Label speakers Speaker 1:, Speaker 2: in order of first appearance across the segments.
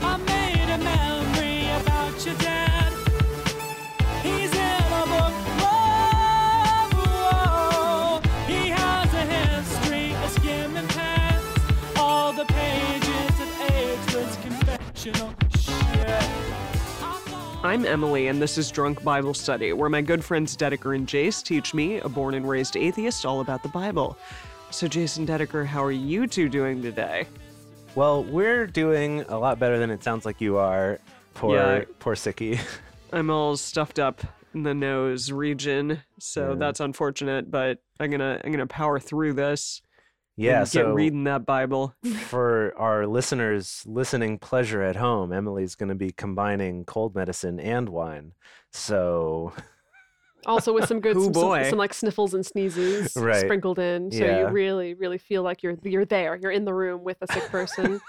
Speaker 1: I made a memory about your dad. He's in a book club. He has a history of skimming past all the pages of ageless confessional shit.
Speaker 2: I'm Emily, and this is Drunk Bible Study, where my good friends Dedeker and Jace teach me, a born and raised atheist, all about the Bible. So, Jason Dedeker, how are you two doing today?
Speaker 3: Well, we're doing a lot better than it sounds like you are. Poor,
Speaker 2: Yeah.
Speaker 3: poor Sicky.
Speaker 2: I'm all stuffed up in the nose region, so
Speaker 3: Yeah.
Speaker 2: that's unfortunate. But I'm gonna I'm gonna power through this.
Speaker 3: yeah.
Speaker 2: and
Speaker 3: So
Speaker 2: get reading that Bible.
Speaker 3: for our listeners' listening pleasure at home, Emily's going to be combining cold medicine and wine. So
Speaker 4: also with some good
Speaker 2: Hoo
Speaker 4: some, some-
Speaker 2: boy.
Speaker 4: some, like sniffles and sneezes
Speaker 3: Right.
Speaker 4: sprinkled in so
Speaker 3: Yeah.
Speaker 4: you really really feel like you're you're there you're in the room with a sick person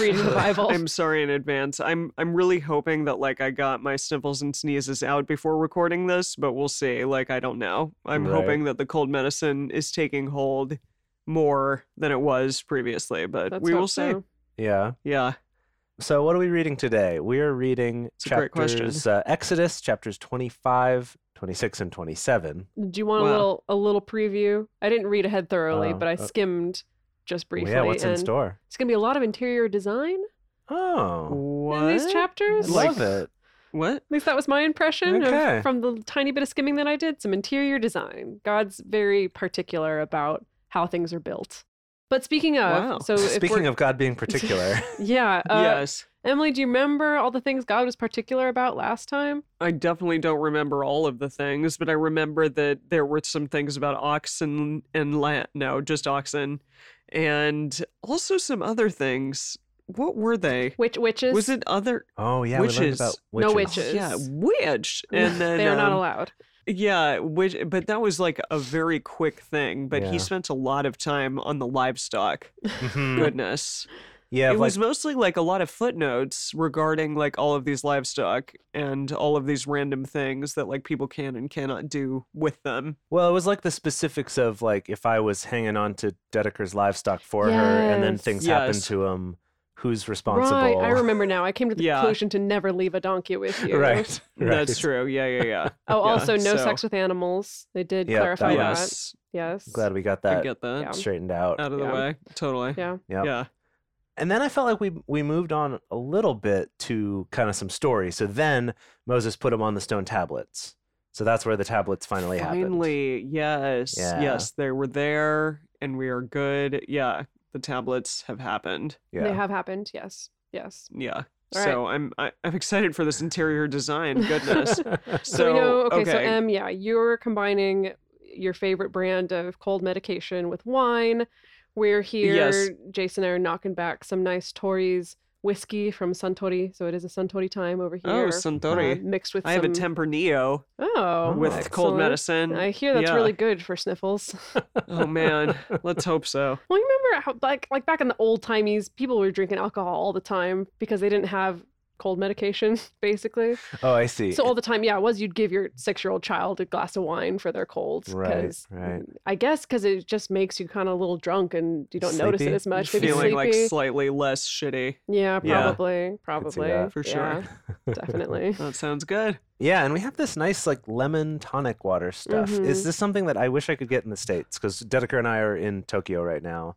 Speaker 4: reading the bible
Speaker 2: I'm sorry in advance. I'm I'm really hoping that like I got my sniffles and sneezes out before recording this, but we'll see. Like I don't know. I'm
Speaker 3: Right.
Speaker 2: hoping that the cold medicine is taking hold more than it was previously, but
Speaker 4: Let's
Speaker 2: we will
Speaker 4: hope
Speaker 2: see.
Speaker 4: so.
Speaker 3: yeah.
Speaker 2: Yeah.
Speaker 3: So what are we reading today? We are reading
Speaker 2: It's a great
Speaker 3: chapters
Speaker 2: question.
Speaker 3: Uh, Exodus chapters 25, 26, and 27.
Speaker 4: do you want
Speaker 2: Wow.
Speaker 4: a little a little preview i didn't read ahead thoroughly
Speaker 3: Oh,
Speaker 4: but i
Speaker 3: uh,
Speaker 4: skimmed just briefly
Speaker 3: yeah. What's in
Speaker 4: and
Speaker 3: store?
Speaker 4: it's gonna be a lot of interior design
Speaker 3: Oh,
Speaker 2: What?
Speaker 4: in these
Speaker 3: I
Speaker 4: chapters
Speaker 3: love it.
Speaker 2: What?
Speaker 4: at least that was my impression of-
Speaker 3: Okay.
Speaker 4: from the tiny bit of skimming that i did some interior design god's very particular about how things are built but speaking of
Speaker 2: Wow.
Speaker 4: so if
Speaker 3: Speaking
Speaker 4: we're,
Speaker 3: of God being particular,
Speaker 4: yeah uh,
Speaker 2: yes.
Speaker 4: Emily, do you remember all the things God was particular about last time?
Speaker 2: I definitely don't remember all of the things, but I remember that there were some things about oxen and land. No, just oxen. And also some other things. What were they?
Speaker 4: Witch witches?
Speaker 2: Was it other?
Speaker 3: oh yeah, we learned
Speaker 2: Witches.
Speaker 3: about witches.
Speaker 4: No
Speaker 2: Oh, yeah,
Speaker 4: Witches.
Speaker 2: witch. And then
Speaker 4: they are not
Speaker 2: um,
Speaker 4: allowed.
Speaker 2: Yeah, which but that was like a very quick thing. But
Speaker 3: Yeah.
Speaker 2: he spent a lot of time on the livestock.
Speaker 3: Mhm.
Speaker 2: Goodness,
Speaker 3: Yeah,
Speaker 2: it
Speaker 3: like
Speaker 2: was mostly like a lot of footnotes regarding like all of these livestock and all of these random things that like people can and cannot do with them.
Speaker 3: Well, it was like the specifics of like if I was hanging on to Dedeker's livestock for her and then
Speaker 4: Yes.
Speaker 3: things happen
Speaker 2: Yes.
Speaker 3: to him, who's responsible?
Speaker 4: Right, I remember now. I came to the
Speaker 2: Yeah.
Speaker 4: conclusion to never leave a donkey with you.
Speaker 3: right, right.
Speaker 2: That's true. Yeah, yeah, yeah.
Speaker 4: Oh,
Speaker 2: Yeah,
Speaker 4: also, no
Speaker 2: so-
Speaker 4: sex with animals. They did
Speaker 3: Yeah,
Speaker 4: clarify
Speaker 3: that
Speaker 4: that.
Speaker 2: yes,
Speaker 4: Yes.
Speaker 3: I'm glad we got
Speaker 2: I
Speaker 3: that
Speaker 2: get that
Speaker 3: straightened out.
Speaker 2: out of the
Speaker 4: Yeah.
Speaker 2: way. Totally.
Speaker 4: Yeah.
Speaker 3: Yep.
Speaker 2: um, Yeah.
Speaker 3: And then I felt like we we moved on a little bit to kind of some story. So then Moses put him on the stone tablets. So that's where the tablets finally, happened.
Speaker 2: Finally, yes,
Speaker 3: Yeah.
Speaker 2: yes, they were there, and we are good. Yeah, the tablets have happened.
Speaker 3: Yeah.
Speaker 4: They have happened. Yes. Yes.
Speaker 2: Yeah.
Speaker 4: All right.
Speaker 2: so I'm I, I'm excited for this interior design. Goodness. so,
Speaker 4: So, we know, okay, so, Em, yeah, you're combining your favorite brand of cold medication with wine. We're here.
Speaker 2: Yes.
Speaker 4: Jason and I are knocking back some nice Tories whiskey from Suntory. So it is a Suntory time over
Speaker 2: oh,
Speaker 4: here. uh,
Speaker 2: Suntory.
Speaker 4: mixed with
Speaker 2: I have a
Speaker 4: some-
Speaker 2: Tempranillo
Speaker 4: Oh,
Speaker 2: with cold
Speaker 4: excellent.
Speaker 2: medicine.
Speaker 4: I hear that's
Speaker 2: Yeah.
Speaker 4: really good for sniffles.
Speaker 2: oh man, let's hope so.
Speaker 4: well, you remember how like like back in the old timeies, people were drinking alcohol all the time because they didn't have cold medication, basically.
Speaker 3: oh, I see.
Speaker 4: So all the time, yeah, it was you'd give your six year old child a glass of wine for their cold.
Speaker 3: Right,
Speaker 4: 'cause-
Speaker 3: right.
Speaker 4: I guess because it just makes you kind of a little drunk and you don't notice it
Speaker 3: Sleepy?
Speaker 4: as much. Maybe
Speaker 2: Feeling like
Speaker 4: sleepy.
Speaker 2: slightly less shitty.
Speaker 4: yeah,
Speaker 3: Yeah.
Speaker 4: probably, probably
Speaker 3: that.
Speaker 2: For sure.
Speaker 4: Yeah, definitely.
Speaker 2: That sounds good.
Speaker 3: Yeah, and we have this nice like lemon tonic water stuff. Is
Speaker 4: Mhm.
Speaker 3: this something that I wish I could get in the states? Because Dedeker and I are in Tokyo right now,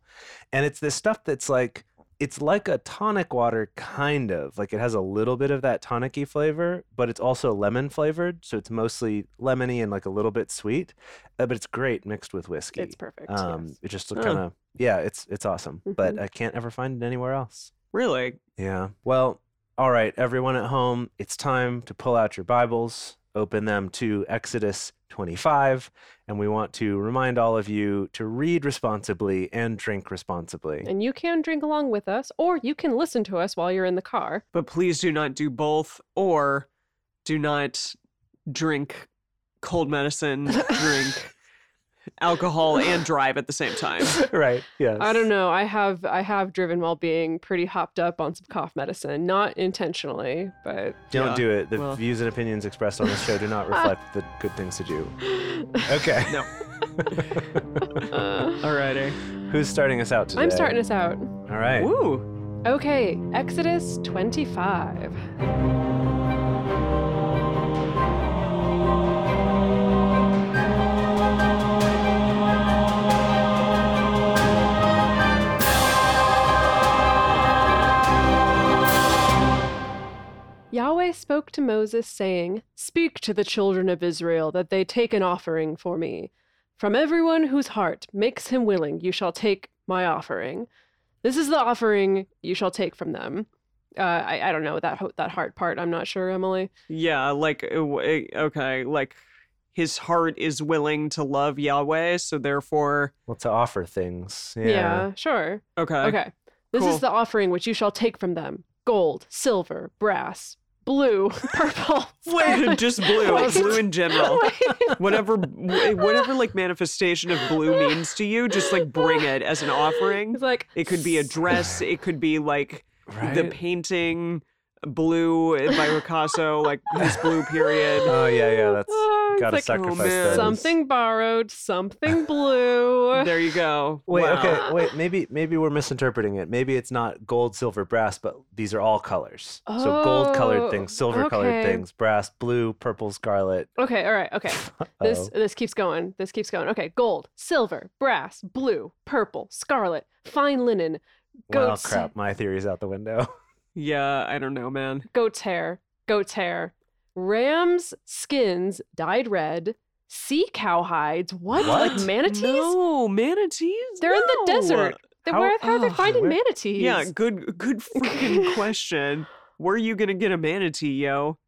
Speaker 3: and it's this stuff that's like it's like a tonic water kind of like it has a little bit of that tonicky flavor, but it's also lemon flavored, so it's mostly lemony and like a little bit sweet. Uh, but it's great mixed with whiskey.
Speaker 4: It's perfect.
Speaker 3: um,
Speaker 4: yes. Mm-hmm.
Speaker 3: it just
Speaker 2: Huh.
Speaker 3: kind of yeah, it's it's awesome, but I can't ever find it anywhere else.
Speaker 2: Really.
Speaker 3: Yeah. Well, all right, everyone at home, it's time to pull out your Bibles, open them to Exodus 2025. And we want to remind all of you to read responsibly and drink responsibly.
Speaker 4: And you can drink along with us, or you can listen to us while you're in the car.
Speaker 2: But please do not do both or do not drink cold medicine, drink alcohol and drive at the same time.
Speaker 3: right. Yes.
Speaker 4: I don't know. I have I have driven while being pretty hopped up on some cough medicine, not intentionally, but
Speaker 3: Don't
Speaker 2: Yeah,
Speaker 3: do it. The
Speaker 2: well.
Speaker 3: views and opinions expressed on this show do not reflect the good things to do. Okay.
Speaker 2: No.
Speaker 4: uh,
Speaker 2: Alrighty.
Speaker 3: Who's starting us out today?
Speaker 4: I'm starting us out.
Speaker 3: All right.
Speaker 2: Woo.
Speaker 4: Okay, Exodus 25. Yahweh spoke to Moses, saying, Speak to the children of Israel that they take an offering for me. From everyone whose heart makes him willing, you shall take my offering. This is the offering you shall take from them. Uh, I, I don't know that ho- that heart part. I'm not sure, Emily.
Speaker 2: Yeah, like uh, w- uh, okay, like his heart is willing to love Yahweh, so therefore
Speaker 3: Well, to offer things. Yeah.
Speaker 4: sure.
Speaker 2: okay.
Speaker 4: Okay. This
Speaker 2: cool.
Speaker 4: is the offering which you shall take from them: gold, silver, brass, blue, purple.
Speaker 2: Wait,
Speaker 4: scarlet.
Speaker 2: just blue,
Speaker 4: Wait.
Speaker 2: blue in general.
Speaker 4: Wait.
Speaker 2: Whatever, wh- whatever, like manifestation of blue means to you, just like bring it as an offering.
Speaker 4: It's like
Speaker 2: It could be a dress. It could be like
Speaker 3: Right.
Speaker 2: the painting blue by Picasso, like his blue period.
Speaker 3: oh yeah, yeah. That's
Speaker 4: Ah, it's
Speaker 3: gotta
Speaker 4: like, oh,
Speaker 3: sacrifice
Speaker 2: man.
Speaker 3: those.
Speaker 4: something borrowed, something blue.
Speaker 2: There you go.
Speaker 3: Wait,
Speaker 2: Wow.
Speaker 3: okay, wait. Maybe, maybe we're misinterpreting it. Maybe it's not gold, silver, brass, but these are all colors. so
Speaker 4: Oh,
Speaker 3: gold-colored things, silver-colored
Speaker 4: okay.
Speaker 3: things, brass, blue, purple, scarlet. Oh,
Speaker 4: okay, all right, okay. This
Speaker 3: Uh-oh.
Speaker 4: this keeps going. This keeps going. Okay, gold, silver, brass, blue, purple, scarlet, fine linen,
Speaker 3: well,
Speaker 4: goats.
Speaker 3: crap. My theory's out the window.
Speaker 2: Yeah, I don't know, man.
Speaker 4: goat's hair, goat's hair, ram's skins dyed red, sea cow hides. What? Like
Speaker 3: What?
Speaker 4: manatees?
Speaker 2: No, manatees.
Speaker 4: They're in the
Speaker 2: No.
Speaker 4: desert. They-
Speaker 3: How-
Speaker 4: where, how are they
Speaker 3: ugh,
Speaker 4: finding
Speaker 3: where-
Speaker 4: manatees?
Speaker 2: Yeah, good, good freaking question. Where are you gonna get a manatee, yo?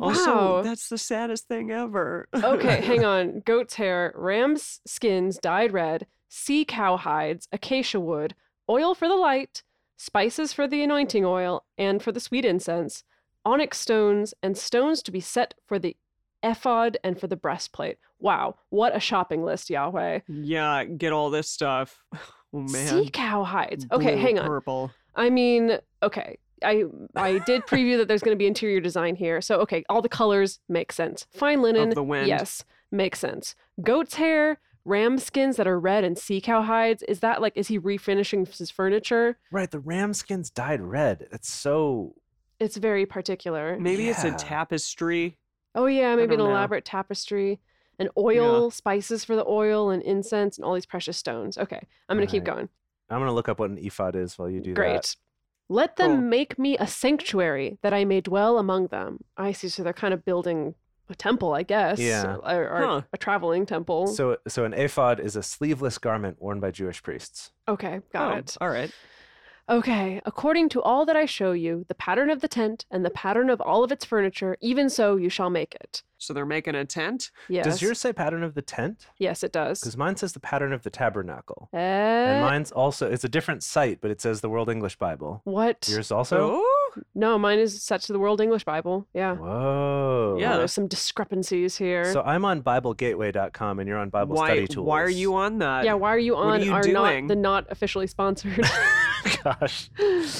Speaker 2: Also,
Speaker 4: Wow.
Speaker 2: that's the saddest thing ever.
Speaker 4: okay, hang on. Goat's hair, ram's skins dyed red, sea cow hides, acacia wood, oil for the light, spices for the anointing oil and for the sweet incense, onyx stones, and stones to be set for the ephod and for the breastplate. Wow, what a shopping list, Yahweh.
Speaker 2: yeah, get all this stuff. Oh man.
Speaker 4: Sea cow hides. Okay,
Speaker 2: Blue,
Speaker 4: hang on.
Speaker 2: Purple.
Speaker 4: I mean, okay. I I did preview that there's going to be interior design here. So okay, all the colors make sense. Fine linen,
Speaker 2: the wind.
Speaker 4: yes, makes sense. Goat's hair, ram skins that are red and sea cow hides. Is that like is he refinishing his furniture?
Speaker 3: right, the ram skins dyed red. That's so.
Speaker 4: It's very particular.
Speaker 2: Maybe it's a
Speaker 3: Yeah.
Speaker 2: tapestry.
Speaker 4: Oh yeah, maybe an
Speaker 2: don't know.
Speaker 4: elaborate tapestry and oil, spices for the oil and incense and all these precious stones. Okay, I'm going to keep
Speaker 3: Right.
Speaker 4: going.
Speaker 3: I'm gonna look up what an ephod is while you do
Speaker 4: Great.
Speaker 3: that.
Speaker 4: Let them
Speaker 2: Cool.
Speaker 4: make me a sanctuary that I may dwell among them. I see. So they're kind of building a temple, I guess.
Speaker 3: Yeah.
Speaker 4: Or, or
Speaker 2: Huh.
Speaker 4: a traveling temple.
Speaker 3: So, so an ephod is a sleeveless garment worn by Jewish priests.
Speaker 4: okay, got
Speaker 2: Oh,
Speaker 4: it.
Speaker 2: All right.
Speaker 4: Okay, according to all that I show you, the pattern of the tent and the pattern of all of its furniture, even so you shall make it.
Speaker 2: So they're making a tent.
Speaker 4: Yes.
Speaker 3: Does yours say pattern of the tent?
Speaker 4: Yes, it does.
Speaker 3: Because mine says the pattern of the tabernacle.
Speaker 4: Uh,
Speaker 3: and mine's also it's a different site, but it says the World English Bible.
Speaker 4: what?
Speaker 3: Yours also.
Speaker 2: oh,
Speaker 4: No, mine is set to the World English Bible. Yeah.
Speaker 3: Whoa.
Speaker 4: Oh,
Speaker 2: Yeah.
Speaker 4: there's some discrepancies here.
Speaker 3: So I'm on BibleGateway.com and you're on Bible
Speaker 2: why?
Speaker 3: Study Tools.
Speaker 2: Why are you on
Speaker 3: uh,
Speaker 2: that?
Speaker 4: yeah, why are you
Speaker 2: what are
Speaker 4: on
Speaker 2: you
Speaker 4: our
Speaker 2: doing?
Speaker 4: not the not officially sponsored?
Speaker 3: Gosh.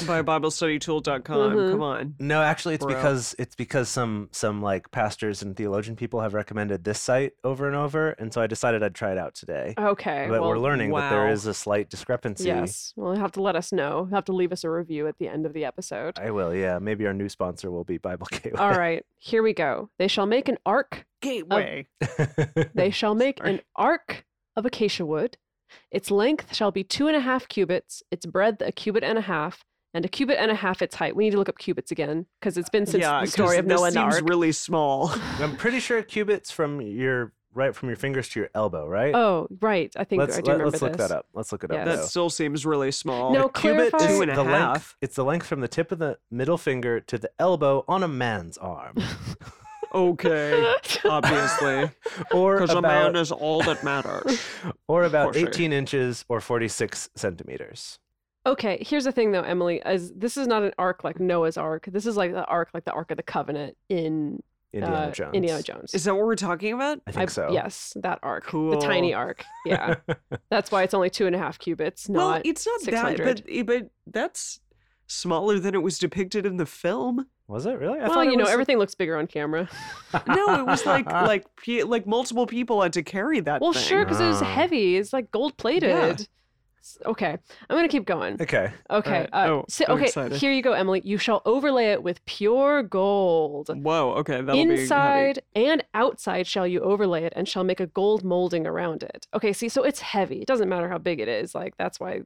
Speaker 2: By BibleStudyTool.com.
Speaker 4: Mhm.
Speaker 2: Come on.
Speaker 3: No, actually, it's
Speaker 2: Bro.
Speaker 3: because it's because some some like pastors and theologian people have recommended this site over and over, and so I decided I'd try it out today.
Speaker 4: okay.
Speaker 3: but
Speaker 4: well,
Speaker 3: we're learning that there
Speaker 2: wow.
Speaker 3: is a slight discrepancy.
Speaker 4: Yes. Well, you'll have to let us know. You'll have to leave us a review at the end of the episode.
Speaker 3: I will. Yeah, maybe our new sponsor will be Bible Gateway.
Speaker 4: All right, here we go. They shall make an ark.
Speaker 2: Gateway.
Speaker 4: They shall make
Speaker 2: Sorry.
Speaker 4: an ark of acacia wood. Its length shall be two and a half cubits, its breadth a cubit and a half, and a cubit and a half its height. We need to look up cubits again because it's been since
Speaker 2: yeah,
Speaker 4: the
Speaker 2: 'cause
Speaker 4: story of
Speaker 2: this
Speaker 4: Noah and the
Speaker 2: seems
Speaker 4: ark.
Speaker 2: really small.
Speaker 3: I'm pretty sure cubits from your right from your fingers to your elbow, right?
Speaker 4: oh, right. I think
Speaker 3: let's
Speaker 4: I
Speaker 3: let,
Speaker 4: do remember
Speaker 3: us
Speaker 4: this.
Speaker 3: look that up. Let's look it up.
Speaker 4: Yes.
Speaker 2: That
Speaker 3: though.
Speaker 2: still seems really small.
Speaker 4: No,
Speaker 3: A cubit
Speaker 4: clarify-
Speaker 3: is
Speaker 2: Two and a
Speaker 3: the
Speaker 2: half.
Speaker 3: length. It's the length from the tip of the middle finger to the elbow on a man's arm.
Speaker 2: Okay, obviously,
Speaker 3: or
Speaker 2: because a
Speaker 3: about,
Speaker 2: man is all that matters.
Speaker 3: or about
Speaker 2: for sure.
Speaker 3: 18 inches or 46 centimeters.
Speaker 4: Okay, here's the thing though, Emily, is this is not an arc like Noah's Ark. This is like the arc like the Ark of the Covenant in
Speaker 3: Indiana
Speaker 4: uh,
Speaker 3: Jones.
Speaker 4: Indiana Jones.
Speaker 2: Is that what we're talking about?
Speaker 3: I think so.
Speaker 4: Yes, that arc. The tiny
Speaker 2: Cool.
Speaker 4: arc. Yeah. That's why it's only two and a half cubits, not
Speaker 2: well, it's not that,
Speaker 4: 600.
Speaker 2: but but that's smaller than it was depicted in the film.
Speaker 3: Was it really? I
Speaker 4: well,
Speaker 3: thought
Speaker 4: you
Speaker 3: it
Speaker 4: know,
Speaker 3: was-
Speaker 4: everything looks bigger on camera.
Speaker 2: No, it was like like pe- like multiple people had to carry that.
Speaker 4: Well,
Speaker 2: thing.
Speaker 4: sure, because it was
Speaker 3: Ah.
Speaker 4: heavy. It's like gold plated. S- Okay, I'm gonna keep going.
Speaker 3: Okay.
Speaker 4: Okay,
Speaker 2: right.
Speaker 4: uh,
Speaker 2: Oh,
Speaker 4: so,
Speaker 2: I'm
Speaker 4: okay.
Speaker 2: excited.
Speaker 4: Here you go, Emily. You shall overlay it with pure gold.
Speaker 2: Whoa. Okay, that'll
Speaker 4: Inside and outside shall you overlay it, and shall make a gold molding around it. Okay, see, so it's heavy. It doesn't matter how big it is. Like that's why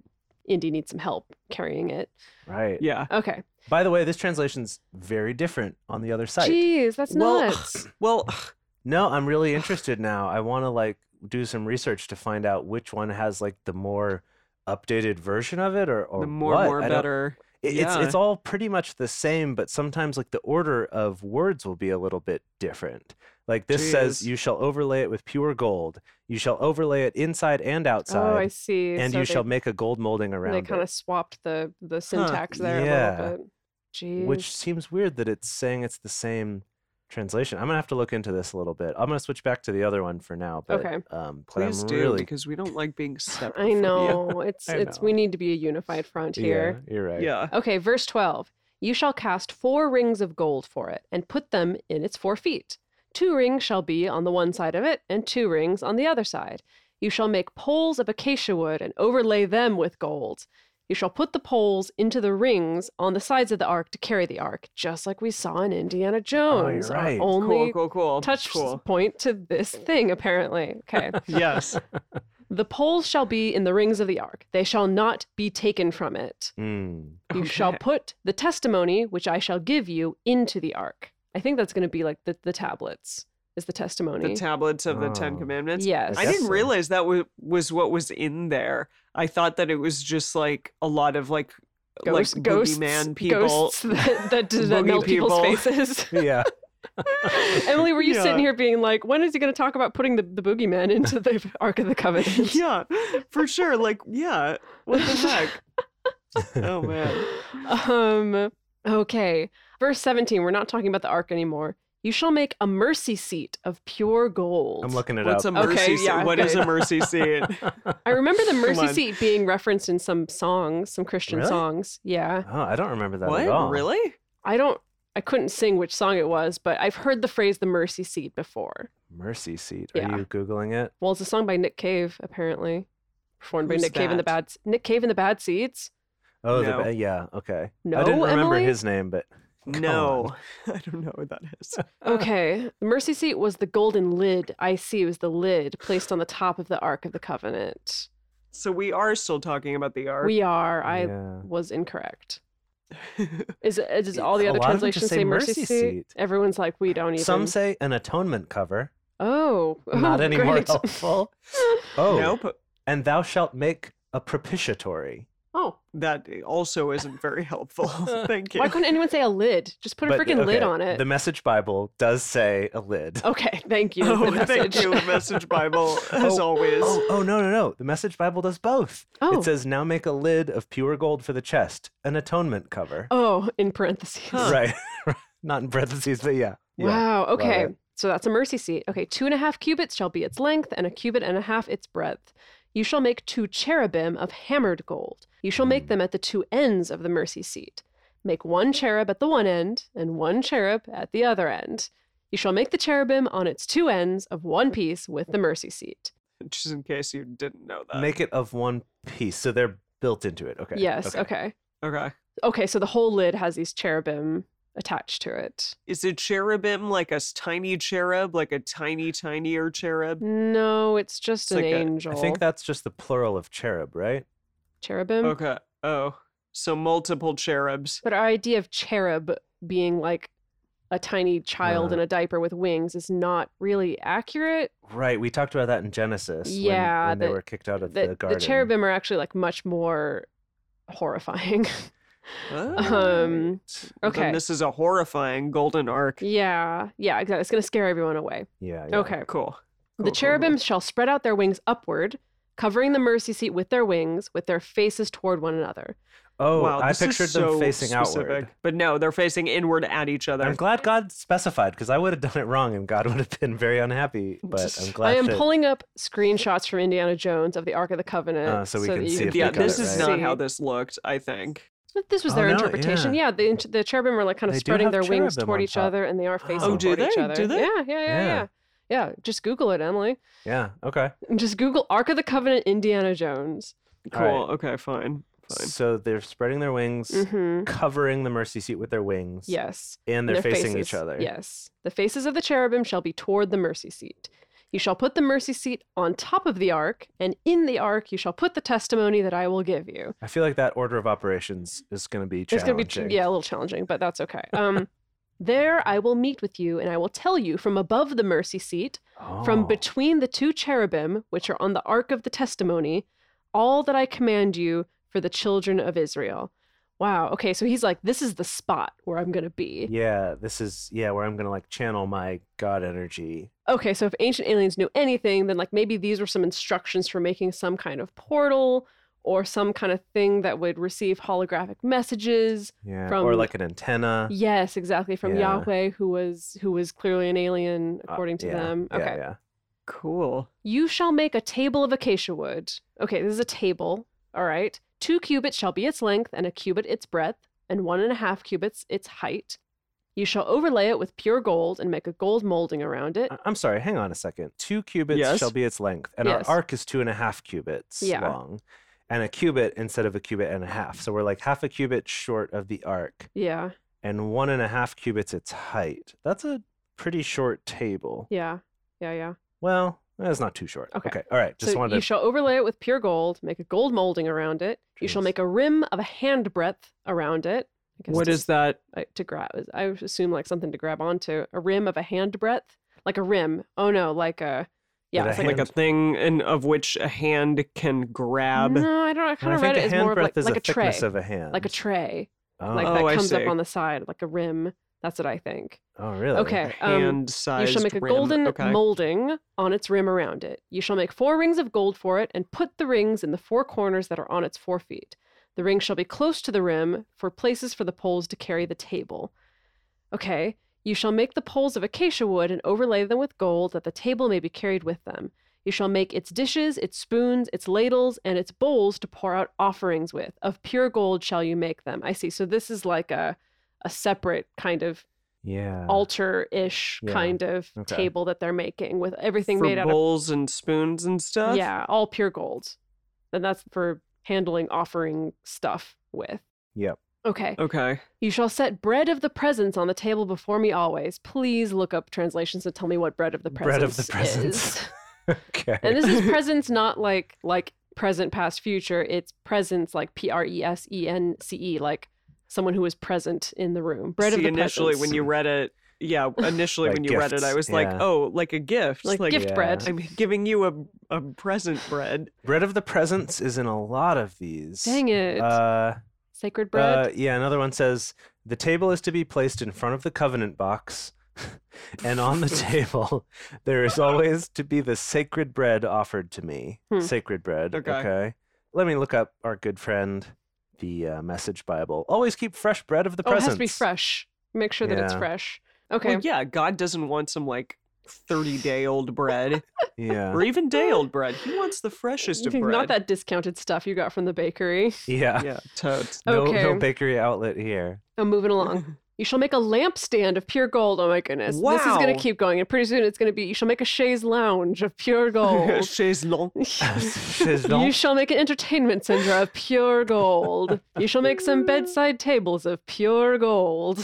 Speaker 4: Indy needs some help carrying it.
Speaker 3: Right.
Speaker 2: be heavy. Yeah.
Speaker 4: Okay.
Speaker 3: By the way, this translation's very different on the other site.
Speaker 4: Jeez, that's
Speaker 2: Well,
Speaker 4: nuts.
Speaker 2: Well,
Speaker 3: No, I'm really interested now. I want to like do some research to find out which one has like the more updated version of it or or
Speaker 2: the more
Speaker 3: what.
Speaker 2: more
Speaker 3: I don't-
Speaker 2: better.
Speaker 3: It-
Speaker 2: Yeah.
Speaker 3: It's it's all pretty much the same, but sometimes like the order of words will be a little bit different. Like this says,
Speaker 2: Jeez.
Speaker 3: "You shall overlay it with pure gold. You shall overlay it inside and
Speaker 4: oh, I
Speaker 3: outside,
Speaker 4: see.
Speaker 3: and
Speaker 4: so
Speaker 3: you
Speaker 4: they,
Speaker 3: shall make a gold molding around
Speaker 4: they
Speaker 3: it."
Speaker 4: kind of swapped the the syntax there a
Speaker 3: Yeah.
Speaker 4: little bit. Jeez.
Speaker 3: Which seems weird that it's saying it's the same translation. I'm gonna have to look into this a little bit. I'm gonna switch back to the other one for now. But,
Speaker 4: Okay.
Speaker 3: Um, but
Speaker 2: Please
Speaker 3: I'm
Speaker 2: do
Speaker 3: really
Speaker 2: because we don't like being separate. from
Speaker 4: I
Speaker 2: you.
Speaker 4: know. It's
Speaker 3: I
Speaker 4: it's
Speaker 3: know.
Speaker 4: we need to be a unified front here.
Speaker 3: Yeah, you're right.
Speaker 2: Yeah.
Speaker 4: Okay, verse 12. You shall cast four rings of gold for it and put them in its four feet. Two rings shall be on the one side of it, and two rings on the other side. You shall make poles of acacia wood and overlay them with gold. You shall put the poles into the rings on the sides of the ark to carry the ark, just like we saw in Indiana Jones. our
Speaker 3: Oh, right. Cool,
Speaker 4: only
Speaker 2: Cool. Cool. Cool.
Speaker 4: touch
Speaker 2: Cool.
Speaker 4: point to this thing, apparently. Okay.
Speaker 2: Yes.
Speaker 4: the poles shall be in the rings of the ark, they shall not be taken from it.
Speaker 3: Mm.
Speaker 4: You shall
Speaker 2: Okay.
Speaker 4: put the testimony which I shall give you into the ark. I think that's going to be like the, the tablets is the testimony.
Speaker 2: the tablets of the Ten
Speaker 3: Oh.
Speaker 2: Commandments.
Speaker 4: yes.
Speaker 2: I
Speaker 3: guess
Speaker 2: didn't
Speaker 3: so.
Speaker 2: realize that was was what was in there. I thought that it was just like a lot of like
Speaker 4: Ghost-
Speaker 2: like
Speaker 4: ghosts,
Speaker 2: boogeyman people.
Speaker 4: ghosts that, that, that,
Speaker 2: Boogie
Speaker 4: melt people's
Speaker 2: people.
Speaker 4: faces.
Speaker 3: Yeah.
Speaker 4: Emily, were you
Speaker 2: Yeah.
Speaker 4: sitting here being like, when is he going to talk about putting the, the boogeyman into the Ark of the Covenant?
Speaker 2: yeah, for sure. Like, yeah, what the heck? oh man.
Speaker 4: Um, okay. Verse 17, we're not talking about the Ark anymore. You shall make a mercy seat of pure gold.
Speaker 3: I'm looking it
Speaker 2: What's a
Speaker 3: up.
Speaker 2: mercy
Speaker 4: Okay,
Speaker 2: seat?
Speaker 4: yeah,
Speaker 2: What is
Speaker 4: okay.
Speaker 2: a mercy seat?
Speaker 4: I remember the
Speaker 2: Come
Speaker 4: mercy
Speaker 2: on.
Speaker 4: seat being referenced in some songs, some Christian
Speaker 3: Really?
Speaker 4: songs. Yeah.
Speaker 3: oh, I don't remember that at all.
Speaker 2: what? Really?
Speaker 4: I don't I couldn't sing which song it was, but I've heard the phrase the mercy seat before.
Speaker 3: Mercy seat.
Speaker 4: Yeah.
Speaker 3: Are you googling it?
Speaker 4: Well, it's a song by Nick Cave, apparently. Performed by
Speaker 2: Who's
Speaker 4: Nick Cave and the
Speaker 2: that?
Speaker 4: Bad Nick Cave and the Bad Seeds.
Speaker 3: Oh,
Speaker 2: No.
Speaker 3: the, ba- yeah. Okay.
Speaker 4: No,
Speaker 3: I didn't remember
Speaker 4: Emily?
Speaker 3: his name, but Come
Speaker 2: no. I don't know what that is.
Speaker 4: Okay. The mercy seat was the golden lid. I see it was the lid placed on the top of the Ark of the Covenant.
Speaker 2: So we are still talking about the ark.
Speaker 4: We are. I
Speaker 3: Yeah.
Speaker 4: was incorrect. Is it does all the
Speaker 3: A
Speaker 4: other
Speaker 3: lot of them just
Speaker 4: translations
Speaker 3: say
Speaker 4: say mercy
Speaker 3: mercy
Speaker 4: seat?
Speaker 3: seat.
Speaker 4: Everyone's like, we don't even.
Speaker 3: Some say an atonement cover.
Speaker 4: oh,
Speaker 3: Not
Speaker 4: oh,
Speaker 3: any more
Speaker 4: great.
Speaker 3: helpful. Oh,
Speaker 2: Nope.
Speaker 3: and thou shalt make a propitiatory.
Speaker 4: Oh,
Speaker 2: That also isn't very helpful. Thank you.
Speaker 4: why couldn't anyone say a lid? Just put a
Speaker 3: But,
Speaker 4: freaking lid
Speaker 3: okay,
Speaker 4: on it.
Speaker 3: The Message Bible does say a lid.
Speaker 4: Okay, thank you.
Speaker 2: Oh,
Speaker 4: for the
Speaker 2: thank
Speaker 4: message.
Speaker 2: you, Message Bible, as
Speaker 3: Oh,
Speaker 2: always.
Speaker 3: Oh, oh, no, no, no. The Message Bible does both.
Speaker 4: Oh.
Speaker 3: It says, now make a lid of pure gold for the chest, an atonement cover.
Speaker 4: Oh, in parentheses.
Speaker 3: Right. Not in parentheses, but yeah. yeah.
Speaker 4: Wow. Okay.
Speaker 3: it.
Speaker 4: So that's a mercy seat. Okay. Two and a half cubits shall be its length, and a cubit and a half its breadth. You shall make two cherubim of hammered gold. You shall
Speaker 3: Hmm.
Speaker 4: make them at the two ends of the mercy seat. Make one cherub at the one end, and one cherub at the other end. You shall make the cherubim on its two ends of one piece with the mercy seat.
Speaker 2: Just in case you didn't know that.
Speaker 3: Make it of one piece. So they're built into it. Okay.
Speaker 4: Yes. okay.
Speaker 2: okay.
Speaker 4: Okay. So the whole lid has these cherubim attached to it.
Speaker 2: Is a cherubim like a s- tiny cherub, like a tiny, tinier
Speaker 3: Mm-hmm.
Speaker 2: cherub?
Speaker 4: No, it's
Speaker 2: It's
Speaker 4: just an
Speaker 2: like a- I
Speaker 4: angel.
Speaker 3: I think that's just the plural of cherub, right?
Speaker 4: cherubim.
Speaker 2: Okay. Oh, so multiple cherubs.
Speaker 4: But our idea of cherub being like a tiny child
Speaker 3: Uh.
Speaker 4: in a diaper with wings is not really accurate.
Speaker 3: Right. We talked about that in Genesis. when-
Speaker 4: Yeah,
Speaker 3: When, they
Speaker 4: that-
Speaker 3: were kicked out of
Speaker 4: The,
Speaker 3: the
Speaker 4: the
Speaker 3: garden.
Speaker 4: cherubim are actually like much more horrifying. Um, okay.
Speaker 2: Then this is a horrifying golden arc.
Speaker 4: yeah, yeah, exactly. It's going to scare everyone away.
Speaker 3: Yeah. yeah.
Speaker 4: Okay.
Speaker 2: Cool.
Speaker 4: The cherubims shall spread out their wings upward, covering the mercy seat with their wings, with their faces toward one another.
Speaker 3: Oh,
Speaker 2: wow,
Speaker 3: I
Speaker 2: this is
Speaker 3: pictured
Speaker 2: so
Speaker 3: them facing
Speaker 2: specific.
Speaker 3: outward.
Speaker 2: But no, they're facing inward at each other.
Speaker 3: I'm glad God specified because I would have done it wrong and God would have been very unhappy. But I'm glad.
Speaker 4: I am
Speaker 3: that-
Speaker 4: pulling up screenshots from Indiana Jones of the Ark of the Covenant,
Speaker 3: Uh, so we
Speaker 4: that
Speaker 3: can
Speaker 4: you
Speaker 3: see if they
Speaker 2: yeah,
Speaker 3: got
Speaker 2: this
Speaker 3: it
Speaker 2: is
Speaker 3: right.
Speaker 2: not how
Speaker 4: see-
Speaker 2: this looked, I think.
Speaker 4: But This was
Speaker 3: Oh,
Speaker 4: their
Speaker 3: no,
Speaker 4: interpretation. Yeah, the the cherubim are like kind of
Speaker 3: They do
Speaker 4: spreading
Speaker 3: have
Speaker 4: their wings
Speaker 3: cherubim
Speaker 4: toward
Speaker 3: on
Speaker 4: each
Speaker 3: top.
Speaker 4: other, and they are facing
Speaker 3: Oh,
Speaker 2: do
Speaker 4: toward each
Speaker 2: they?
Speaker 4: other.
Speaker 2: Do they?
Speaker 4: Yeah, yeah, yeah,
Speaker 3: Yeah.
Speaker 4: yeah, yeah. Just Google it, Emily.
Speaker 3: Yeah. Okay.
Speaker 4: Just Google Ark of the Covenant, Indiana Jones.
Speaker 2: Cool.
Speaker 3: All right.
Speaker 2: Okay, fine. Fine.
Speaker 3: So they're spreading their wings,
Speaker 4: hmm
Speaker 3: covering the mercy seat with their wings.
Speaker 4: Yes.
Speaker 3: And they're
Speaker 4: Their
Speaker 3: facing each
Speaker 4: faces,
Speaker 3: other.
Speaker 4: Yes. The faces of the cherubim shall be toward the mercy seat. You shall put the mercy seat on top of the ark, and in the ark you shall put the testimony that I will give you.
Speaker 3: I feel like that order of operations is going to be
Speaker 4: It's
Speaker 3: challenging.
Speaker 4: going to be ch- yeah, a little challenging, but that's okay. Um, there I will meet with you, and I will tell you from above the mercy seat,
Speaker 3: Oh.
Speaker 4: from between the two cherubim which are on the ark of the testimony, all that I command you for the children of Israel. Wow. Okay, so he's like, this is the spot where I'm going to be.
Speaker 3: Yeah, this is yeah where I'm gonna like channel my god energy.
Speaker 4: Okay, so if ancient aliens knew anything, then like maybe these were some instructions for making some kind of portal or some kind of thing that would receive holographic messages.
Speaker 3: Yeah, or
Speaker 4: From-
Speaker 3: like an antenna.
Speaker 4: Yes, exactly, from
Speaker 3: Yeah.
Speaker 4: Yahweh, who was who was clearly an alien
Speaker 3: Uh,
Speaker 4: according to
Speaker 3: yeah,
Speaker 4: them.
Speaker 3: yeah,
Speaker 4: Okay.
Speaker 3: yeah.
Speaker 2: Cool.
Speaker 4: You shall make a table of acacia wood. Okay, this is a table. All right. Two cubits shall be its length, and a cubit its breadth, and one and a half cubits its height. You shall overlay it with pure gold and make a gold molding around it.
Speaker 3: I- I'm sorry. Hang on a second. Two cubits
Speaker 2: Yes?
Speaker 3: shall be its length, and
Speaker 4: Yes.
Speaker 3: our arc is two and a half cubits
Speaker 4: Yeah.
Speaker 3: long, and a cubit instead of a cubit and a half. So we're like half a cubit short of the arc,
Speaker 4: Yeah,
Speaker 3: and one and a half cubits its height. That's a pretty short table.
Speaker 4: yeah, yeah, yeah.
Speaker 3: Well, that's not too short.
Speaker 4: Okay.
Speaker 3: all right. Just
Speaker 4: so
Speaker 3: wanted
Speaker 4: you
Speaker 3: to.
Speaker 4: shall overlay it with pure gold, make a gold molding around it. You shall
Speaker 3: Jeez.
Speaker 4: make a rim of a hand breadth around it. I guess
Speaker 2: What
Speaker 4: to-
Speaker 2: is that?
Speaker 4: I- to grab? I would assume like something to grab onto. A rim of a hand breadth, like a rim. Oh no, like a yeah,
Speaker 3: Did I
Speaker 4: it's like
Speaker 2: Like a
Speaker 3: Hand.
Speaker 2: thing in, of which a hand can grab.
Speaker 4: No, I don't. I
Speaker 3: and
Speaker 4: kind
Speaker 3: I
Speaker 4: of
Speaker 3: think
Speaker 4: read
Speaker 3: a
Speaker 4: it as
Speaker 3: hand
Speaker 4: more of
Speaker 3: breadth
Speaker 4: like,
Speaker 3: is
Speaker 4: like
Speaker 3: a
Speaker 4: a tray,
Speaker 3: thickness of a hand.
Speaker 4: like a tray,
Speaker 3: Oh,
Speaker 4: like
Speaker 2: Oh,
Speaker 4: that
Speaker 2: I
Speaker 4: comes up
Speaker 2: see.
Speaker 4: on the side, like a rim. That's what I think.
Speaker 3: oh, really?
Speaker 4: Okay. Um,
Speaker 2: hand size.
Speaker 4: you shall make a golden molding on its rim around it. You shall make four rings of gold for it, and put the rings in the four corners that are on its four feet. The rings shall be close to the rim for places for the poles to carry the table. Okay. You shall make the poles of acacia wood and overlay them with gold, that the table may be carried with them. You shall make its dishes, its spoons, its ladles, and its bowls to pour out offerings with. Of pure gold shall you make them. I see. So this is like a a separate kind of
Speaker 3: Yeah.
Speaker 4: altar ish
Speaker 3: Yeah.
Speaker 4: kind of
Speaker 3: Okay.
Speaker 4: table that they're making with everything
Speaker 2: for
Speaker 4: made out
Speaker 2: bowls and spoons and
Speaker 4: of
Speaker 2: stuff.
Speaker 4: yeah, all pure gold. And that's for handling offering stuff with.
Speaker 3: Yep.
Speaker 4: Okay.
Speaker 2: Okay.
Speaker 4: You shall set bread of the presence on the table before me always. Please look up translations and tell me what bread of the presence
Speaker 3: Bread of the presence.
Speaker 4: is.
Speaker 3: okay.
Speaker 4: and this is presence not like like present past future, it's presence like P R E S E N C E like someone who is present in the room. Bread of
Speaker 2: See,
Speaker 4: the
Speaker 2: initially
Speaker 4: presence.
Speaker 2: when you read it, yeah, initially
Speaker 3: Like
Speaker 2: when you read it, I
Speaker 3: gifts,
Speaker 2: was like,
Speaker 3: yeah.
Speaker 2: oh, like a gift,
Speaker 4: like, gift
Speaker 3: yeah.
Speaker 4: bread.
Speaker 2: I'm giving you a a present bread.
Speaker 3: Bread of the Presence is in a lot of these.
Speaker 4: Dang it.
Speaker 3: Uh,
Speaker 4: Sacred bread.
Speaker 3: uh, yeah, another one says the table is to be placed in front of the covenant box, and on the table there is always to be the sacred bread offered to me.
Speaker 4: Hmm.
Speaker 3: Sacred bread.
Speaker 2: Okay.
Speaker 3: Let me look up our good friend, the uh, Message Bible. Always keep fresh bread of the
Speaker 4: Oh, it
Speaker 3: presence.
Speaker 4: has to be fresh. Make sure that it's
Speaker 3: Yeah.
Speaker 4: fresh. Okay.
Speaker 2: Well, yeah, God doesn't want some like 30 day old bread
Speaker 3: Yeah.
Speaker 2: or even day old bread. He wants the freshest of bread.
Speaker 4: Not that discounted stuff you got from the bakery.
Speaker 3: Yeah.
Speaker 2: Yeah, totes.
Speaker 3: No, no
Speaker 4: Okay.
Speaker 3: bakery outlet here.
Speaker 4: I'm moving along. You shall make a lampstand of pure gold. Oh my goodness. This is
Speaker 2: Wow.
Speaker 4: going to keep going. And pretty soon it's going to be you shall make a chaise lounge of pure gold.
Speaker 2: Chaise longue.
Speaker 4: You
Speaker 3: Chaiselongue?
Speaker 4: shall make an entertainment center of pure gold. You shall make some bedside tables of pure gold.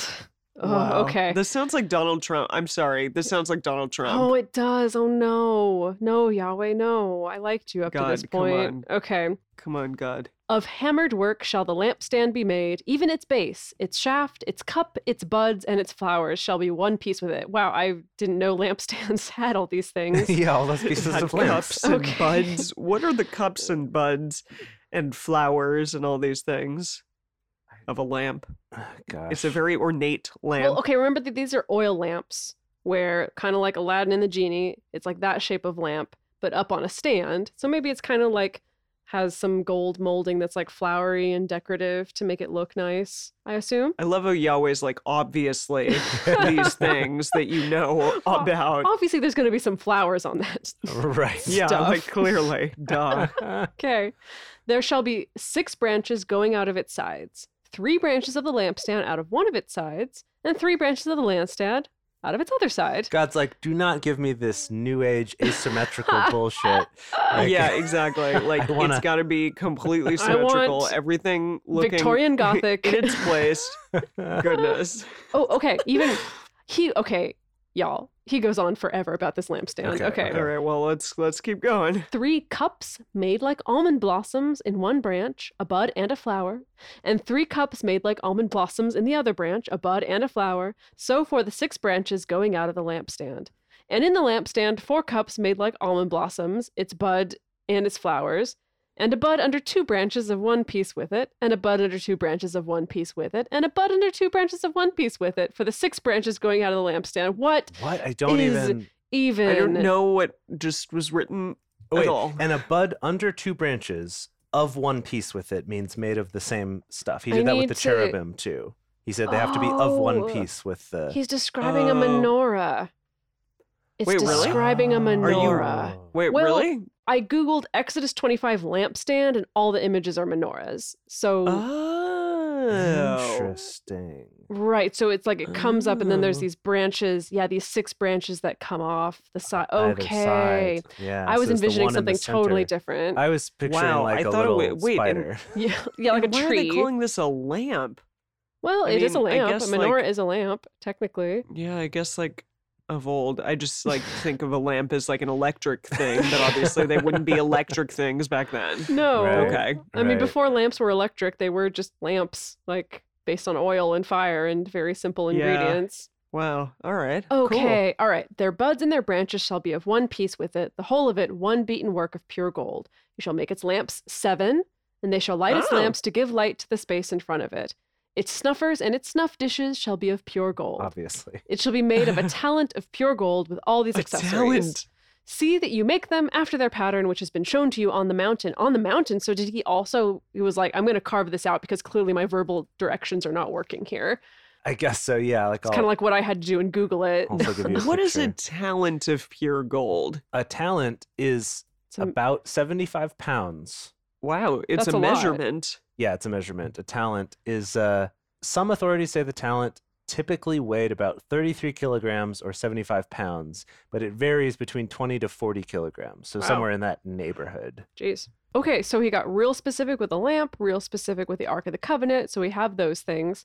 Speaker 4: Oh,
Speaker 2: Wow.
Speaker 4: okay.
Speaker 2: This sounds like Donald Trump. I'm sorry. This sounds like Donald Trump.
Speaker 4: Oh, it does. Oh no. No, Yahweh, no. I liked you up to this
Speaker 2: God, come
Speaker 4: point. Okay.
Speaker 2: Come on, God.
Speaker 4: Of hammered work shall the lampstand be made, even its base, its shaft, its cup, its buds, and its flowers shall be one piece with it. Wow, I didn't know lampstands had all these things.
Speaker 3: yeah, all those pieces
Speaker 2: Had
Speaker 3: of lamps.
Speaker 2: cups and
Speaker 4: Okay.
Speaker 2: buds. What are the cups and buds and flowers and all these things? of a lamp.
Speaker 3: Gosh.
Speaker 2: It's a very ornate lamp.
Speaker 4: Well, okay, remember that these are oil lamps where kind of like Aladdin and the Genie, it's like that shape of lamp, but up on a stand. So maybe it's kind of like has some gold molding that's like flowery and decorative to make it look nice, I assume.
Speaker 2: I love how Yahweh's like obviously these things that you know
Speaker 4: Oh,
Speaker 2: about.
Speaker 4: Obviously, there's going to be some flowers on that.
Speaker 3: right.
Speaker 2: yeah,
Speaker 4: stuff.
Speaker 2: like clearly, duh.
Speaker 4: Okay. There shall be six branches going out of its sides, three branches of the lampstand out of one of its sides, and three branches of the lampstand out of its other side.
Speaker 3: God's like, do not give me this new age asymmetrical bullshit. Like,
Speaker 2: yeah, exactly. Like
Speaker 3: wanna-
Speaker 2: it's got to be completely
Speaker 4: I want
Speaker 2: symmetrical. Everything looking
Speaker 4: Victorian Gothic.
Speaker 2: in its place. Goodness.
Speaker 4: Oh, okay. Even he, okay, y'all, he goes on forever about this lampstand.
Speaker 3: Okay,
Speaker 4: Okay.
Speaker 3: okay.
Speaker 2: All right. Well, let's let's keep going.
Speaker 4: Three cups made like almond blossoms in one branch, a bud and a flower, and three cups made like almond blossoms in the other branch, a bud and a flower, so for the six branches going out of the lampstand. And in the lampstand, four cups made like almond blossoms, its bud and its flowers, and a bud under two branches of one piece with it, and a bud under two branches of one piece with it, and a bud under two branches of one piece with it, for the six branches going out of the lampstand. What
Speaker 3: What? I don't
Speaker 4: Is-
Speaker 3: even.
Speaker 4: even?
Speaker 2: I don't know what just was written
Speaker 3: Oh, wait.
Speaker 2: at all.
Speaker 3: And a bud under two branches of one piece with it means made of the same stuff. He
Speaker 4: I
Speaker 3: did that
Speaker 4: need
Speaker 3: with the
Speaker 4: to-
Speaker 3: cherubim too. He said they have to be of one
Speaker 4: Oh.
Speaker 3: piece with the.
Speaker 4: He's describing a
Speaker 2: Oh.
Speaker 4: menorah. It's
Speaker 2: Wait, really?
Speaker 4: describing a
Speaker 2: you-
Speaker 4: menorah.
Speaker 2: Wait,
Speaker 4: Well,
Speaker 2: really?
Speaker 4: I googled Exodus 25 lampstand and all the images are menorahs. So
Speaker 2: Oh.
Speaker 3: Interesting.
Speaker 4: right, so it's like it comes up and then there's
Speaker 2: Oh.
Speaker 4: these branches. Yeah, these six branches that come off the side.
Speaker 3: Either
Speaker 4: Okay.
Speaker 3: side. Yeah.
Speaker 4: I
Speaker 3: so
Speaker 4: was
Speaker 3: it's the
Speaker 4: envisioning
Speaker 3: one in the
Speaker 4: something totally
Speaker 3: center.
Speaker 4: different.
Speaker 3: I was picturing
Speaker 2: Wow,
Speaker 3: like
Speaker 2: I
Speaker 3: a
Speaker 2: thought it
Speaker 3: little
Speaker 2: wa- wait, and-
Speaker 3: spider.
Speaker 4: yeah, yeah, like a
Speaker 2: And why are
Speaker 4: tree.
Speaker 2: they calling this a lamp?
Speaker 4: well,
Speaker 2: I
Speaker 4: it is a
Speaker 2: mean, I
Speaker 4: lamp.
Speaker 2: guess,
Speaker 4: a
Speaker 2: like-
Speaker 4: menorah is a lamp, technically.
Speaker 2: Yeah, I guess like of old, I just like think of a lamp as like an electric thing, but obviously they wouldn't be electric things back then.
Speaker 4: No.
Speaker 3: Right.
Speaker 2: Okay.
Speaker 4: I mean,
Speaker 3: Right.
Speaker 4: before lamps were electric, they were just lamps, like based on oil and fire and very simple
Speaker 2: Yeah.
Speaker 4: ingredients.
Speaker 2: Wow. All right.
Speaker 4: Okay, all right. Their buds and their branches shall be of one piece with it, the whole of it one beaten work of pure gold. You shall make its lamps seven, and they shall light its
Speaker 2: Oh.
Speaker 4: lamps to give light to the space in front of it. Its snuffers and its snuff dishes shall be of pure gold.
Speaker 3: Obviously.
Speaker 4: It shall be made of a talent of pure gold with all these
Speaker 2: Cool. A
Speaker 4: accessories.
Speaker 2: talent.
Speaker 4: See that you make them after their pattern, which has been shown to you on the mountain. On the mountain. So did he also? He was like, "I'm going to carve this out because clearly my verbal directions are not working here."
Speaker 3: I guess so. Yeah. Like
Speaker 4: It's
Speaker 3: all.
Speaker 4: kind of like what I had to do in Google it.
Speaker 3: also give you a
Speaker 2: What is a
Speaker 3: picture.
Speaker 2: talent of pure gold?
Speaker 3: A talent is
Speaker 4: Some-
Speaker 3: about 75 pounds.
Speaker 2: Wow, it's
Speaker 4: That's
Speaker 2: a,
Speaker 4: a lot.
Speaker 2: measurement.
Speaker 3: Yeah, it's a measurement. A talent is uh some authorities say the talent typically weighed about 33 kilograms or 75 pounds, but it varies between 20 to 40 kilograms. So
Speaker 4: Wow.
Speaker 3: somewhere in that neighborhood.
Speaker 4: Jeez. Okay, so he got real specific with the lamp, real specific with the Ark of the Covenant. So we have those things.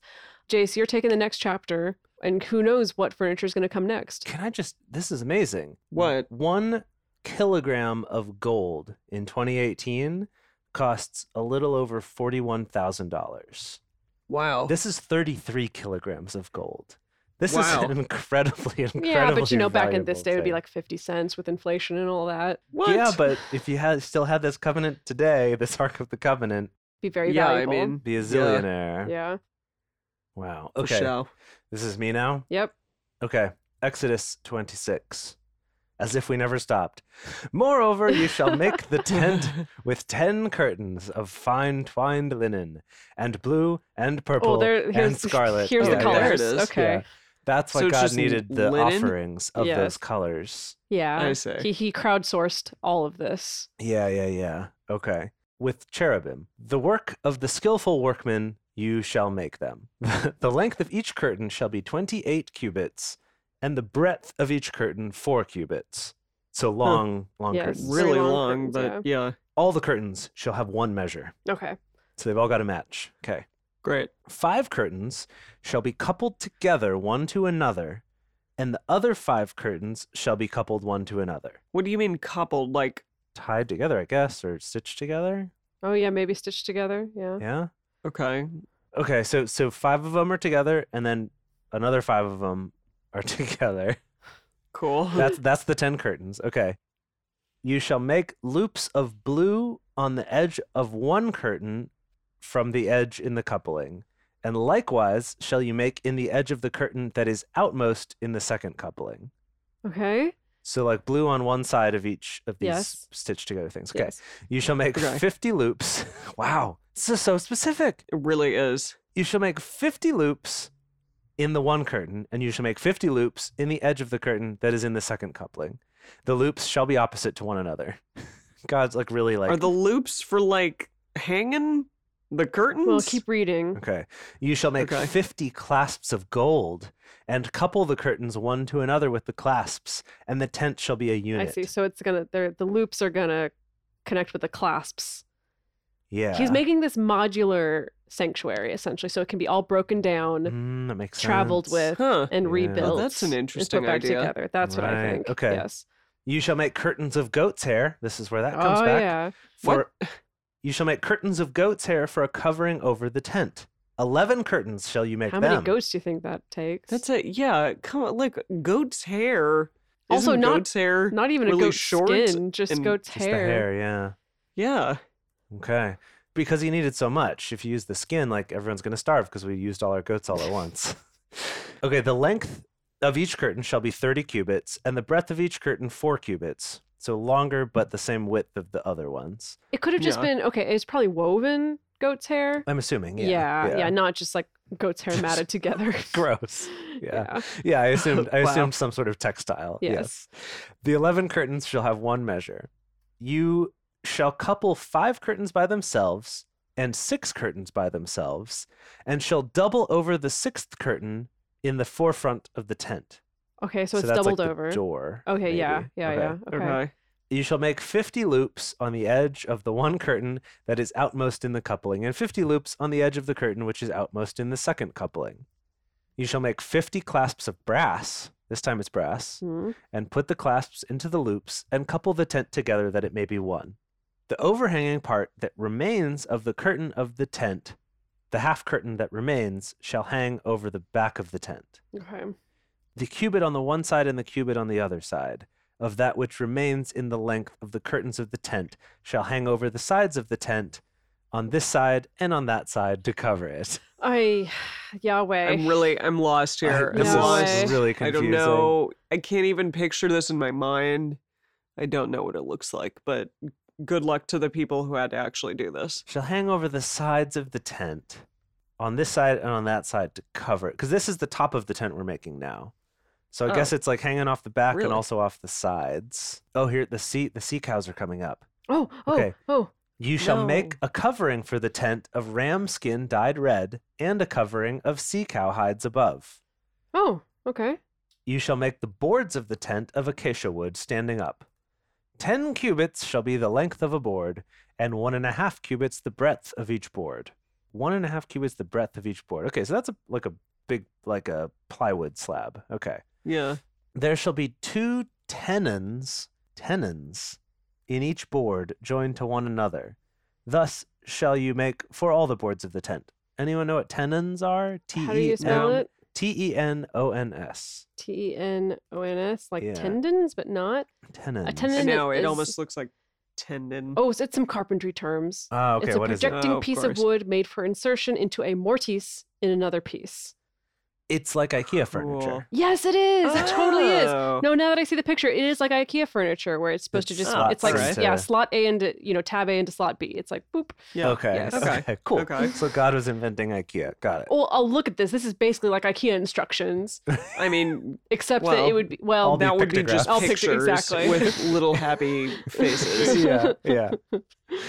Speaker 4: Jace, you're taking the next chapter, and who knows what furniture is going to come next?
Speaker 3: Can I just this is amazing.
Speaker 2: What?
Speaker 3: 1 kilogram of gold in 2018 costs a little over $41,000.
Speaker 2: Wow.
Speaker 3: This is 33 kilograms of gold. This
Speaker 2: Wow.
Speaker 3: is an incredibly, incredibly
Speaker 4: Yeah, but you know, back in this
Speaker 3: valuable
Speaker 4: day, it would be
Speaker 3: thing.
Speaker 4: like 50 cents with inflation and all that.
Speaker 2: what?
Speaker 3: Yeah, but if you had still had this covenant today, this Ark of the Covenant,
Speaker 4: Be very
Speaker 2: yeah,
Speaker 4: valuable.
Speaker 2: I mean,
Speaker 3: be a
Speaker 2: yeah,
Speaker 3: zillionaire.
Speaker 4: yeah.
Speaker 3: Wow.
Speaker 2: for
Speaker 3: Okay.
Speaker 2: sure.
Speaker 3: This is me now.
Speaker 4: Yep.
Speaker 3: Okay. Exodus 26. As if we never stopped. Moreover, you shall make the tent with ten curtains of fine twined linen, and blue and purple
Speaker 4: Oh, there.
Speaker 3: and
Speaker 4: Here's
Speaker 3: scarlet.
Speaker 4: Here's
Speaker 2: Oh,
Speaker 4: the
Speaker 2: yeah,
Speaker 4: colors.
Speaker 2: there it is.
Speaker 4: Okay.
Speaker 3: Yeah. That's why
Speaker 2: So it's
Speaker 3: God
Speaker 2: just
Speaker 3: needed the
Speaker 2: linen?
Speaker 3: offerings of
Speaker 4: Yes.
Speaker 3: those colors.
Speaker 4: Yeah.
Speaker 2: I see.
Speaker 4: He, he crowdsourced all of this.
Speaker 3: Yeah, yeah, yeah. Okay. With cherubim, the work of the skillful workman you shall make them. the length of each curtain shall be 28 cubits, and the breadth of each curtain 4 cubits. So long, long
Speaker 4: Yes.
Speaker 3: curtains.
Speaker 4: Really
Speaker 2: Really
Speaker 4: long
Speaker 2: long,
Speaker 4: curtains,
Speaker 2: but yeah,
Speaker 3: All the curtains shall have one measure.
Speaker 4: Okay.
Speaker 3: So they've all got a match. Okay.
Speaker 2: great.
Speaker 3: Five curtains shall be coupled together one to another, and the other five curtains shall be coupled one to another.
Speaker 2: What do you mean coupled? Like,
Speaker 3: Tied together, I guess, or stitched together.
Speaker 4: Oh yeah, maybe stitched together. Yeah.
Speaker 3: Yeah.
Speaker 2: okay,
Speaker 3: Okay, so so five of them are together, and then another five of them are together.
Speaker 2: cool.
Speaker 3: That's that's the ten curtains. Okay, you shall make loops of blue on the edge of one curtain from the edge in the coupling, And likewise shall you make in the edge of the curtain that is outmost in the second coupling.
Speaker 4: Okay.
Speaker 3: So, like blue on one side of each of these
Speaker 4: Yes.
Speaker 3: stitched together things. Okay.
Speaker 4: Yes.
Speaker 3: You shall make
Speaker 2: Okay.
Speaker 3: 50 loops. Wow. This is so specific.
Speaker 2: It really is.
Speaker 3: You shall make 50 loops in the one curtain, and you shall make 50 loops in the edge of the curtain that is in the second coupling. The loops shall be opposite to one another. God's like really like.
Speaker 2: Are the loops for like hanging the curtains?
Speaker 4: Well, keep reading.
Speaker 3: Okay. You shall make
Speaker 2: Okay.
Speaker 3: 50 clasps of gold and couple the curtains one to another with the clasps, and the tent shall be a
Speaker 4: I
Speaker 3: unit.
Speaker 4: see. So it's gonna. they're- The loops are gonna connect with the clasps.
Speaker 3: Yeah.
Speaker 4: He's making this modular sanctuary essentially, so it can be all broken down,
Speaker 3: Mm, that makes
Speaker 4: traveled
Speaker 3: sense.
Speaker 4: with,
Speaker 2: Huh.
Speaker 4: and
Speaker 3: Yeah. Well,
Speaker 4: rebuilt.
Speaker 2: that's an
Speaker 4: and put
Speaker 2: interesting
Speaker 4: back
Speaker 2: idea.
Speaker 4: Together. That's what I
Speaker 3: Right.
Speaker 4: think.
Speaker 3: Okay.
Speaker 4: Yes.
Speaker 3: You shall make curtains of goat's hair. This is where that comes
Speaker 4: oh
Speaker 3: back.
Speaker 4: yeah.
Speaker 3: For you shall make curtains of goat's hair for a covering over the tent. Eleven curtains shall you make
Speaker 4: How
Speaker 3: them.
Speaker 4: many goats do you think that takes?
Speaker 2: That's it. Yeah. Come on. Look, goat's hair.
Speaker 4: Also
Speaker 2: Isn't
Speaker 4: not-
Speaker 2: goat's hair.
Speaker 4: Not even
Speaker 2: really
Speaker 4: a goat's
Speaker 2: short
Speaker 4: skin, just
Speaker 2: and
Speaker 4: goat's
Speaker 3: Just the hair, yeah.
Speaker 2: yeah.
Speaker 3: Okay. Because he needed so much. If you use the skin, like everyone's going to starve because we used all our goats all at once. okay, the length of each curtain shall be 30 cubits, and the breadth of each curtain 4 cubits. So longer, but the same width of the other ones.
Speaker 4: It could have just
Speaker 2: Yeah.
Speaker 4: been okay. It's probably woven goat's hair.
Speaker 3: I'm assuming. Yeah.
Speaker 4: yeah, not just like goat's hair matted together.
Speaker 3: Gross. Yeah.
Speaker 4: Yeah.
Speaker 3: Yeah, I assumed I
Speaker 2: Wow.
Speaker 3: assumed some sort of textile.
Speaker 4: Yes.
Speaker 3: The 11 curtains shall have one measure. You shall couple 5 curtains by themselves and 6 curtains by themselves and shall double over the 6th curtain in the forefront of the tent.
Speaker 4: Okay, so, it's
Speaker 3: that's
Speaker 4: doubled
Speaker 3: like the
Speaker 4: over.
Speaker 3: door.
Speaker 4: okay, yeah,
Speaker 3: maybe.
Speaker 4: yeah,
Speaker 3: Okay.
Speaker 4: yeah. Okay.
Speaker 2: okay.
Speaker 3: You shall make 50 loops on the edge of the one curtain that is outmost in the coupling, and 50 loops on the edge of the curtain which is outmost in the second coupling. You shall make 50 clasps of brass, this time it's brass,
Speaker 4: Hmm.
Speaker 3: and put the clasps into the loops and couple the tent together that it may be one. The overhanging part that remains of the curtain of the tent, the half curtain that remains, shall hang over the back of the tent
Speaker 4: Okay.
Speaker 3: the cubit on the one side and the cubit on the other side of that which remains in the length of the curtains of the tent shall hang over the sides of the tent on this side and on that side to cover it.
Speaker 4: I, Yahweh.
Speaker 2: I'm really. I'm lost
Speaker 3: I-
Speaker 2: here.
Speaker 3: this
Speaker 2: I'm
Speaker 4: No
Speaker 2: lost.
Speaker 4: way.
Speaker 3: is really
Speaker 2: I don't
Speaker 3: confusing.
Speaker 2: know. I can't even picture this in my mind. I don't know what it looks like, but good luck to the people who had to actually do this.
Speaker 3: Shall hang over the sides of the tent on this side and on that side to cover it. Because this is the top of the tent we're making now. So I
Speaker 2: Oh.
Speaker 3: guess it's like hanging off the back
Speaker 2: Really?
Speaker 3: and also off the sides. Oh, here the sea the sea cows are coming up.
Speaker 4: Oh, oh,
Speaker 3: Okay.
Speaker 4: oh.
Speaker 3: You shall make
Speaker 2: No.
Speaker 3: a covering for the tent of ram skin dyed red, and a covering of sea cow hides above.
Speaker 4: Oh, okay.
Speaker 3: You shall make the boards of the tent of acacia wood standing up. Ten cubits shall be the length of a board, and one and a half cubits the breadth of each board. One and a half cubits the breadth of each board. Okay, so that's a, like a big, like a plywood slab. Okay.
Speaker 2: Yeah.
Speaker 3: There shall be two tenons, tenons, in each board joined to one another. Thus shall you make for all the boards of the tent. Anyone know what tenons are? T
Speaker 4: How do you
Speaker 3: E
Speaker 4: spell
Speaker 3: N
Speaker 4: it?
Speaker 3: T E N O N S.
Speaker 4: T E N O N S, like
Speaker 3: Yeah.
Speaker 4: tendons, but not.
Speaker 3: Tenons.
Speaker 4: tenon-
Speaker 2: I
Speaker 4: And
Speaker 2: know.
Speaker 4: it
Speaker 2: It
Speaker 4: is-
Speaker 2: almost looks like tendon.
Speaker 4: Oh, so it's some carpentry terms.
Speaker 3: Ah, okay.
Speaker 4: it's a
Speaker 3: what is it?
Speaker 4: projecting
Speaker 2: Oh, of
Speaker 4: piece of
Speaker 2: course.
Speaker 4: wood made for insertion into a mortise in another piece.
Speaker 3: It's like IKEA
Speaker 2: Cool.
Speaker 3: furniture.
Speaker 4: Yes, it is. It totally is.
Speaker 2: Oh.
Speaker 4: No, now that I see the picture, it is like IKEA furniture where it's supposed
Speaker 3: It's
Speaker 4: to just
Speaker 2: slots
Speaker 4: it's like
Speaker 2: into-
Speaker 4: yeah, slot A into you know, tab A into slot B. It's like boop.
Speaker 2: Yeah.
Speaker 3: Okay.
Speaker 4: yes.
Speaker 3: okay.
Speaker 2: Okay.
Speaker 3: Cool.
Speaker 2: Okay.
Speaker 3: So God was inventing IKEA. Got it.
Speaker 4: Oh, I'll look at this. This is basically like IKEA instructions,
Speaker 2: I mean,
Speaker 4: except that it
Speaker 2: Well,
Speaker 4: would be
Speaker 3: All
Speaker 4: well.
Speaker 3: the
Speaker 2: that would be just
Speaker 3: pictographs. All
Speaker 4: picture-
Speaker 2: pictures
Speaker 4: exactly.
Speaker 2: with little happy faces.
Speaker 3: yeah, yeah.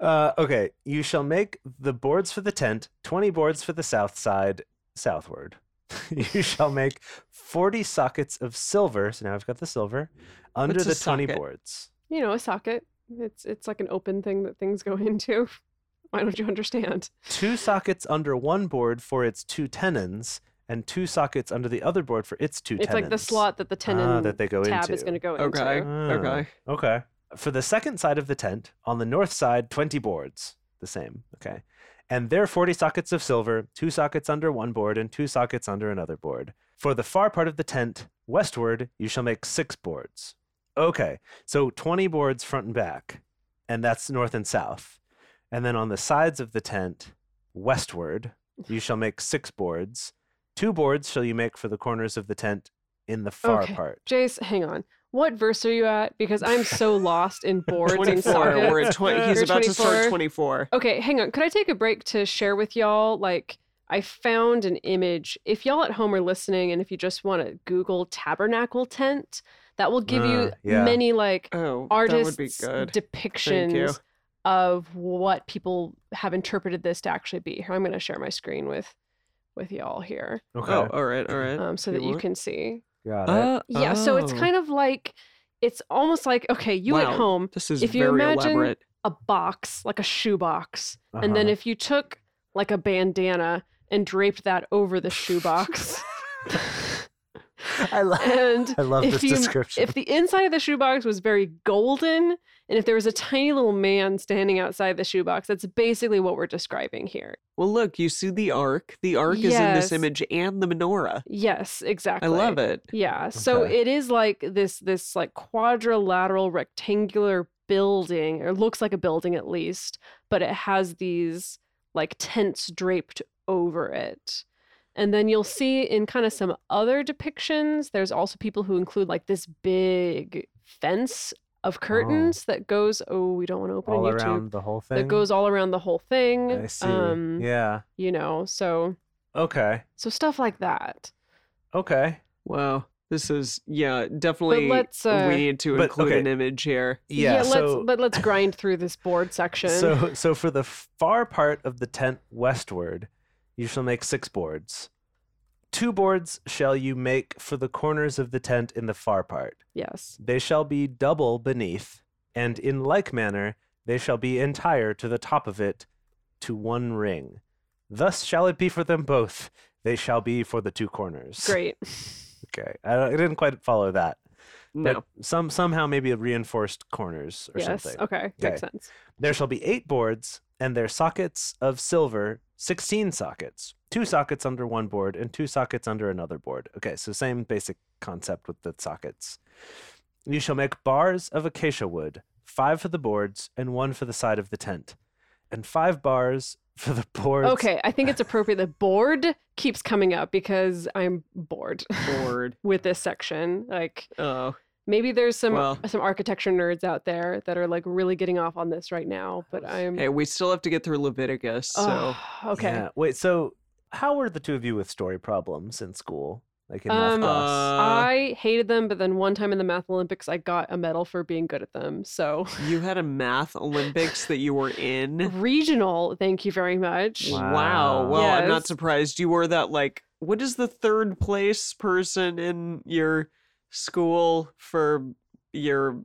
Speaker 3: Uh, okay, you shall make the boards for the tent, 20 boards for the south side, southward. you shall make 40 sockets of silver. So now I've got the silver under
Speaker 2: What's a
Speaker 3: the 20
Speaker 2: socket?
Speaker 3: boards.
Speaker 4: You know, a socket. It's it's like an open thing that things go into. Why don't you understand?
Speaker 3: Two sockets under one board for its two tenons, and two sockets under the other board for its two
Speaker 4: It's
Speaker 3: tenons. Ah,
Speaker 4: like the slot that the tenon
Speaker 3: that they go
Speaker 4: tab is
Speaker 3: into.
Speaker 4: going to go
Speaker 2: Okay.
Speaker 4: into.
Speaker 2: Okay.
Speaker 3: Oh, Okay. For the second side of the tent, on the north side, 20 boards. The same. Okay. And there are 40 sockets of silver, two sockets under one board, and two sockets under another board. For the far part of the tent, westward, you shall make six boards. Okay. So 20 boards front and back. And that's north and south. And then on the sides of the tent, westward, You shall make six boards. Two boards shall you make for the corners of the tent in the far
Speaker 4: Okay.
Speaker 3: part.
Speaker 4: Jace, hang on. What verse are you at? Because I'm so lost in boards and
Speaker 2: 24. We're
Speaker 4: sockets.
Speaker 2: at twen- he's
Speaker 4: You're
Speaker 2: about to start
Speaker 4: 24?
Speaker 2: 24.
Speaker 4: Okay, hang on. Could I take a break to share with y'all? Like, I found an image. If y'all at home are listening, and if you just want to Google tabernacle tent, that will give you
Speaker 3: Uh, yeah.
Speaker 4: many like
Speaker 2: Oh, that would
Speaker 4: artists'
Speaker 2: be good.
Speaker 4: depictions of what people have interpreted this to actually be. Here, I'm going to share my screen with with y'all here,
Speaker 3: Okay.
Speaker 2: Oh, all right, all right.
Speaker 4: um, so
Speaker 2: you
Speaker 4: that you
Speaker 2: want?
Speaker 4: can see.
Speaker 3: Got it.
Speaker 2: Uh,
Speaker 4: Yeah, so it's
Speaker 2: oh,
Speaker 4: kind of like it's almost like okay, you
Speaker 2: Wow.
Speaker 4: at home
Speaker 2: This is
Speaker 4: if you
Speaker 2: very
Speaker 4: imagine-
Speaker 2: elaborate.
Speaker 4: a box like a shoebox, and then
Speaker 3: Uh-huh.
Speaker 4: if you took like a bandana and draped that over the shoebox,
Speaker 3: Uh-huh. I, lo-
Speaker 4: and
Speaker 3: I love
Speaker 4: if
Speaker 3: this
Speaker 4: you-
Speaker 3: description.
Speaker 4: if the inside of the shoebox was very golden, and if there was a tiny little man standing outside the shoebox, that's basically what we're describing here.
Speaker 2: Well, look, you see the arc. The arc is in this
Speaker 4: Yes.
Speaker 2: image and the menorah.
Speaker 4: Yes,
Speaker 2: I
Speaker 4: exactly.
Speaker 2: love it.
Speaker 4: Yeah. So
Speaker 3: Okay.
Speaker 4: it is like this this like quadrilateral rectangular building, or looks like a building at least, but it has these like tents draped over it. And then you'll see in kind of some other depictions, there's also people who include like this big fence of curtains that goes oh, we don't want to open
Speaker 3: Oh. all
Speaker 4: on YouTube.
Speaker 3: around the whole thing.
Speaker 4: That goes all around the whole thing.
Speaker 3: I see.
Speaker 4: Um
Speaker 3: yeah.
Speaker 4: you know, so
Speaker 3: Okay.
Speaker 4: so stuff like that.
Speaker 3: Okay.
Speaker 2: Wow. This is, yeah, definitely.
Speaker 4: let's, uh,
Speaker 2: we need to
Speaker 3: But,
Speaker 2: include
Speaker 3: okay.
Speaker 2: an image here.
Speaker 3: Yeah. so,
Speaker 4: let's but let's grind through this board section.
Speaker 3: so so for the far part of the tent westward, you shall make six boards. Two boards shall you make for the corners of the tent in the far part.
Speaker 4: yes.
Speaker 3: They shall be double beneath, and in like manner they shall be entire to the top of it to one ring. Thus shall it be for them both. They shall be for the two corners.
Speaker 4: Great.
Speaker 3: Okay. I, don't- I didn't quite follow that.
Speaker 2: No.
Speaker 3: But some somehow maybe reinforced corners or
Speaker 4: yes.
Speaker 3: something.
Speaker 4: Okay. Makes sense.
Speaker 3: There shall be eight boards, and their sockets of silver, 16 sockets, two sockets under one board, and two sockets under another board. Okay, so same basic concept with the sockets. You shall make bars of acacia wood, five for the boards, and one for the side of the tent, and five bars for the boards.
Speaker 4: Okay. I think it's appropriate that board keeps coming up because I'm bored
Speaker 2: Board.
Speaker 4: with this section. Like
Speaker 2: Oh,
Speaker 4: maybe there's some
Speaker 2: Well-
Speaker 4: some architecture nerds out there that are like really getting off on this right now, but I'm
Speaker 2: hey, we still have to get through Leviticus. So,
Speaker 4: Ugh, okay.
Speaker 3: Yeah, Wait, so how were the two of you with story problems in school? Like in math
Speaker 4: Um,
Speaker 3: class?
Speaker 2: uh,
Speaker 4: I hated them, but then one time in the math Olympics, I got a medal for being good at them. So
Speaker 2: you had a math Olympics that you were in.
Speaker 4: regional, thank you very much.
Speaker 3: Wow.
Speaker 2: Well, I'm not
Speaker 4: Yes.
Speaker 2: surprised. You were that, like, what is the third place person in your school for your,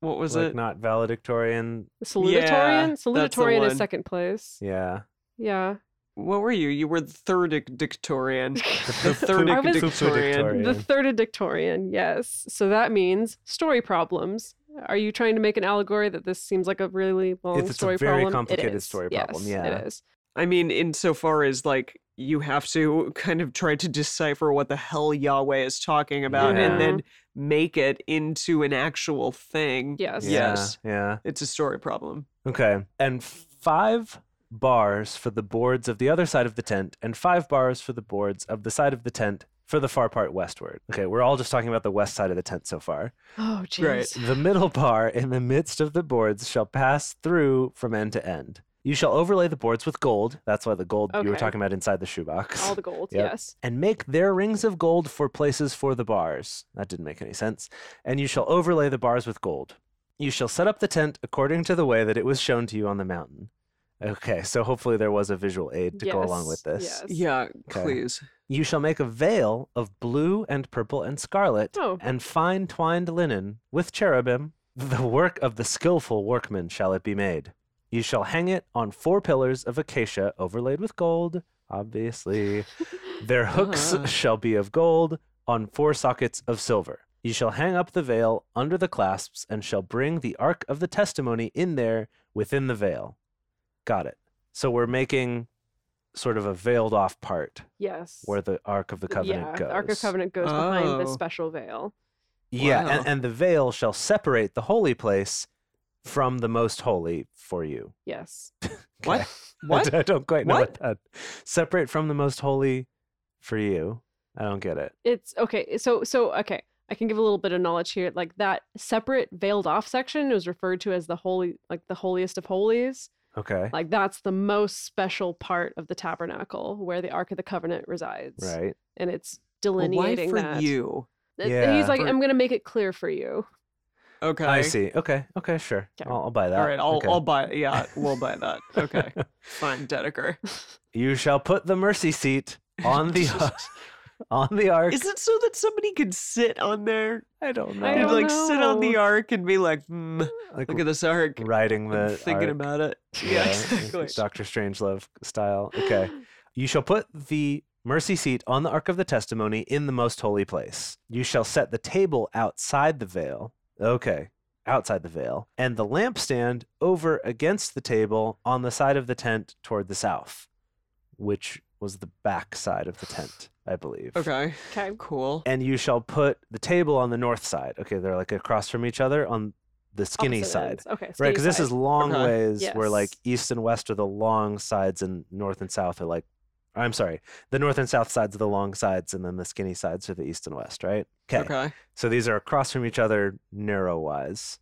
Speaker 2: what was
Speaker 3: like
Speaker 2: it?
Speaker 3: not valedictorian.
Speaker 4: Salutatorian,
Speaker 2: that's the
Speaker 4: salutatorian
Speaker 2: one.
Speaker 4: is second place.
Speaker 3: Yeah.
Speaker 4: Yeah.
Speaker 2: what were you? You were the third dictorian. The
Speaker 3: Poop-
Speaker 2: third
Speaker 4: I was-
Speaker 2: dictorian.
Speaker 4: The Thirdictorian, yes. So that means story problems. Are you trying to make an allegory that this seems like a really long
Speaker 3: It's- it's a
Speaker 4: story
Speaker 3: very
Speaker 4: problem? It
Speaker 3: complicated
Speaker 4: is.
Speaker 3: story
Speaker 4: Yes,
Speaker 3: problem, yeah.
Speaker 4: it is.
Speaker 2: I mean, insofar as like you have to kind of try to decipher what the hell Yahweh is talking about
Speaker 3: Yeah.
Speaker 2: and then make it into an actual thing.
Speaker 4: Yes.
Speaker 3: Yeah,
Speaker 2: Yes.
Speaker 3: Yeah.
Speaker 2: It's a story problem.
Speaker 3: Okay. And five bars for the boards of the other side of the tent, and five bars for the boards of the side of the tent for the far part westward. Okay, we're all just talking about the west side of the tent so far.
Speaker 4: Oh, jeez.
Speaker 2: Right.
Speaker 3: The middle bar in the midst of the boards shall pass through from end to end. You shall overlay the boards with gold. That's why the gold you were
Speaker 4: Okay.
Speaker 3: talking about inside the shoebox.
Speaker 4: All the gold,
Speaker 3: Yep.
Speaker 4: yes.
Speaker 3: and make their rings of gold for places for the bars. That didn't make any sense. And you shall overlay the bars with gold. You shall set up the tent according to the way that it was shown to you on the mountain. Okay, so hopefully there was a visual aid to go along with
Speaker 4: Yes,
Speaker 3: this.
Speaker 4: yes.
Speaker 2: Yeah,
Speaker 3: Okay.
Speaker 2: please.
Speaker 3: You shall make a veil of blue and purple and scarlet
Speaker 4: Oh.
Speaker 3: and fine twined linen with cherubim. The work of the skillful workman shall it be made. You shall hang it on four pillars of acacia overlaid with gold, obviously. Their hooks
Speaker 2: Duh.
Speaker 3: shall be of gold on four sockets of silver. You shall hang up the veil under the clasps and shall bring the ark of the testimony in there within the veil. Got it. So we're making sort of a veiled off part
Speaker 4: Yes.
Speaker 3: where the Ark of the Covenant
Speaker 4: yeah,
Speaker 3: goes.
Speaker 4: the Ark of Covenant goes behind the
Speaker 2: Oh.
Speaker 4: special veil.
Speaker 3: Yeah,
Speaker 2: Wow.
Speaker 3: and, and the veil shall separate the holy place from the most holy for you.
Speaker 4: Yes.
Speaker 2: What?
Speaker 3: Okay.
Speaker 2: What?
Speaker 3: I don't quite know
Speaker 2: What?
Speaker 3: what that. Separate from the most holy for you. I don't get it.
Speaker 4: It's okay. So so okay. I can give a little bit of knowledge here. Like that separate veiled off section was referred to as the holy like the holiest of holies.
Speaker 3: Okay.
Speaker 4: Like that's the most special part of the tabernacle where the Ark of the Covenant resides.
Speaker 3: Right.
Speaker 4: And it's
Speaker 2: Well, why
Speaker 4: delineating
Speaker 2: for
Speaker 4: that.
Speaker 2: you?
Speaker 4: Th-
Speaker 3: Yeah.
Speaker 4: He's like,
Speaker 2: For-
Speaker 4: I'm gonna make it clear for you.
Speaker 2: Okay.
Speaker 3: I see. Okay. Okay. Sure.
Speaker 4: Okay.
Speaker 3: I'll, I'll buy that.
Speaker 2: All right, I'll
Speaker 3: Okay.
Speaker 2: I'll buy yeah, we'll buy that. Okay. Fine, Dedeker.
Speaker 3: You shall put the mercy seat on the on the ark.
Speaker 2: Is it so that somebody could sit on there?
Speaker 3: I don't know.
Speaker 4: I
Speaker 2: Could,
Speaker 4: don't
Speaker 2: like sit on the
Speaker 4: know.
Speaker 2: ark and be like, "Hmm,
Speaker 3: like
Speaker 2: look at this ark.
Speaker 3: riding
Speaker 2: I'm
Speaker 3: the
Speaker 2: thinking
Speaker 3: ark.
Speaker 2: about it. Yeah, exactly.
Speaker 3: Doctor Strangelove style. Okay. You shall put the mercy seat on the ark of the testimony in the most holy place. You shall set the table outside the veil. Okay. Outside the veil, and the lampstand over against the table on the side of the tent toward the south, which was the back side of the tent, I believe.
Speaker 2: Okay.
Speaker 4: Okay.
Speaker 2: Cool.
Speaker 3: And you shall put the table on the north side. Okay, they're like across from each other on the skinny
Speaker 4: Opposite
Speaker 3: side.
Speaker 4: ends. Okay.
Speaker 3: Right,
Speaker 4: skinny
Speaker 3: because this
Speaker 4: side.
Speaker 3: is long
Speaker 2: Okay.
Speaker 3: ways where like
Speaker 4: Yes.
Speaker 3: east and west are the long sides and north and south are like I'm sorry, the north and south sides are the long sides and then the skinny sides are the east and west, right? Okay.
Speaker 2: Okay.
Speaker 3: So these are across from each other narrow wise.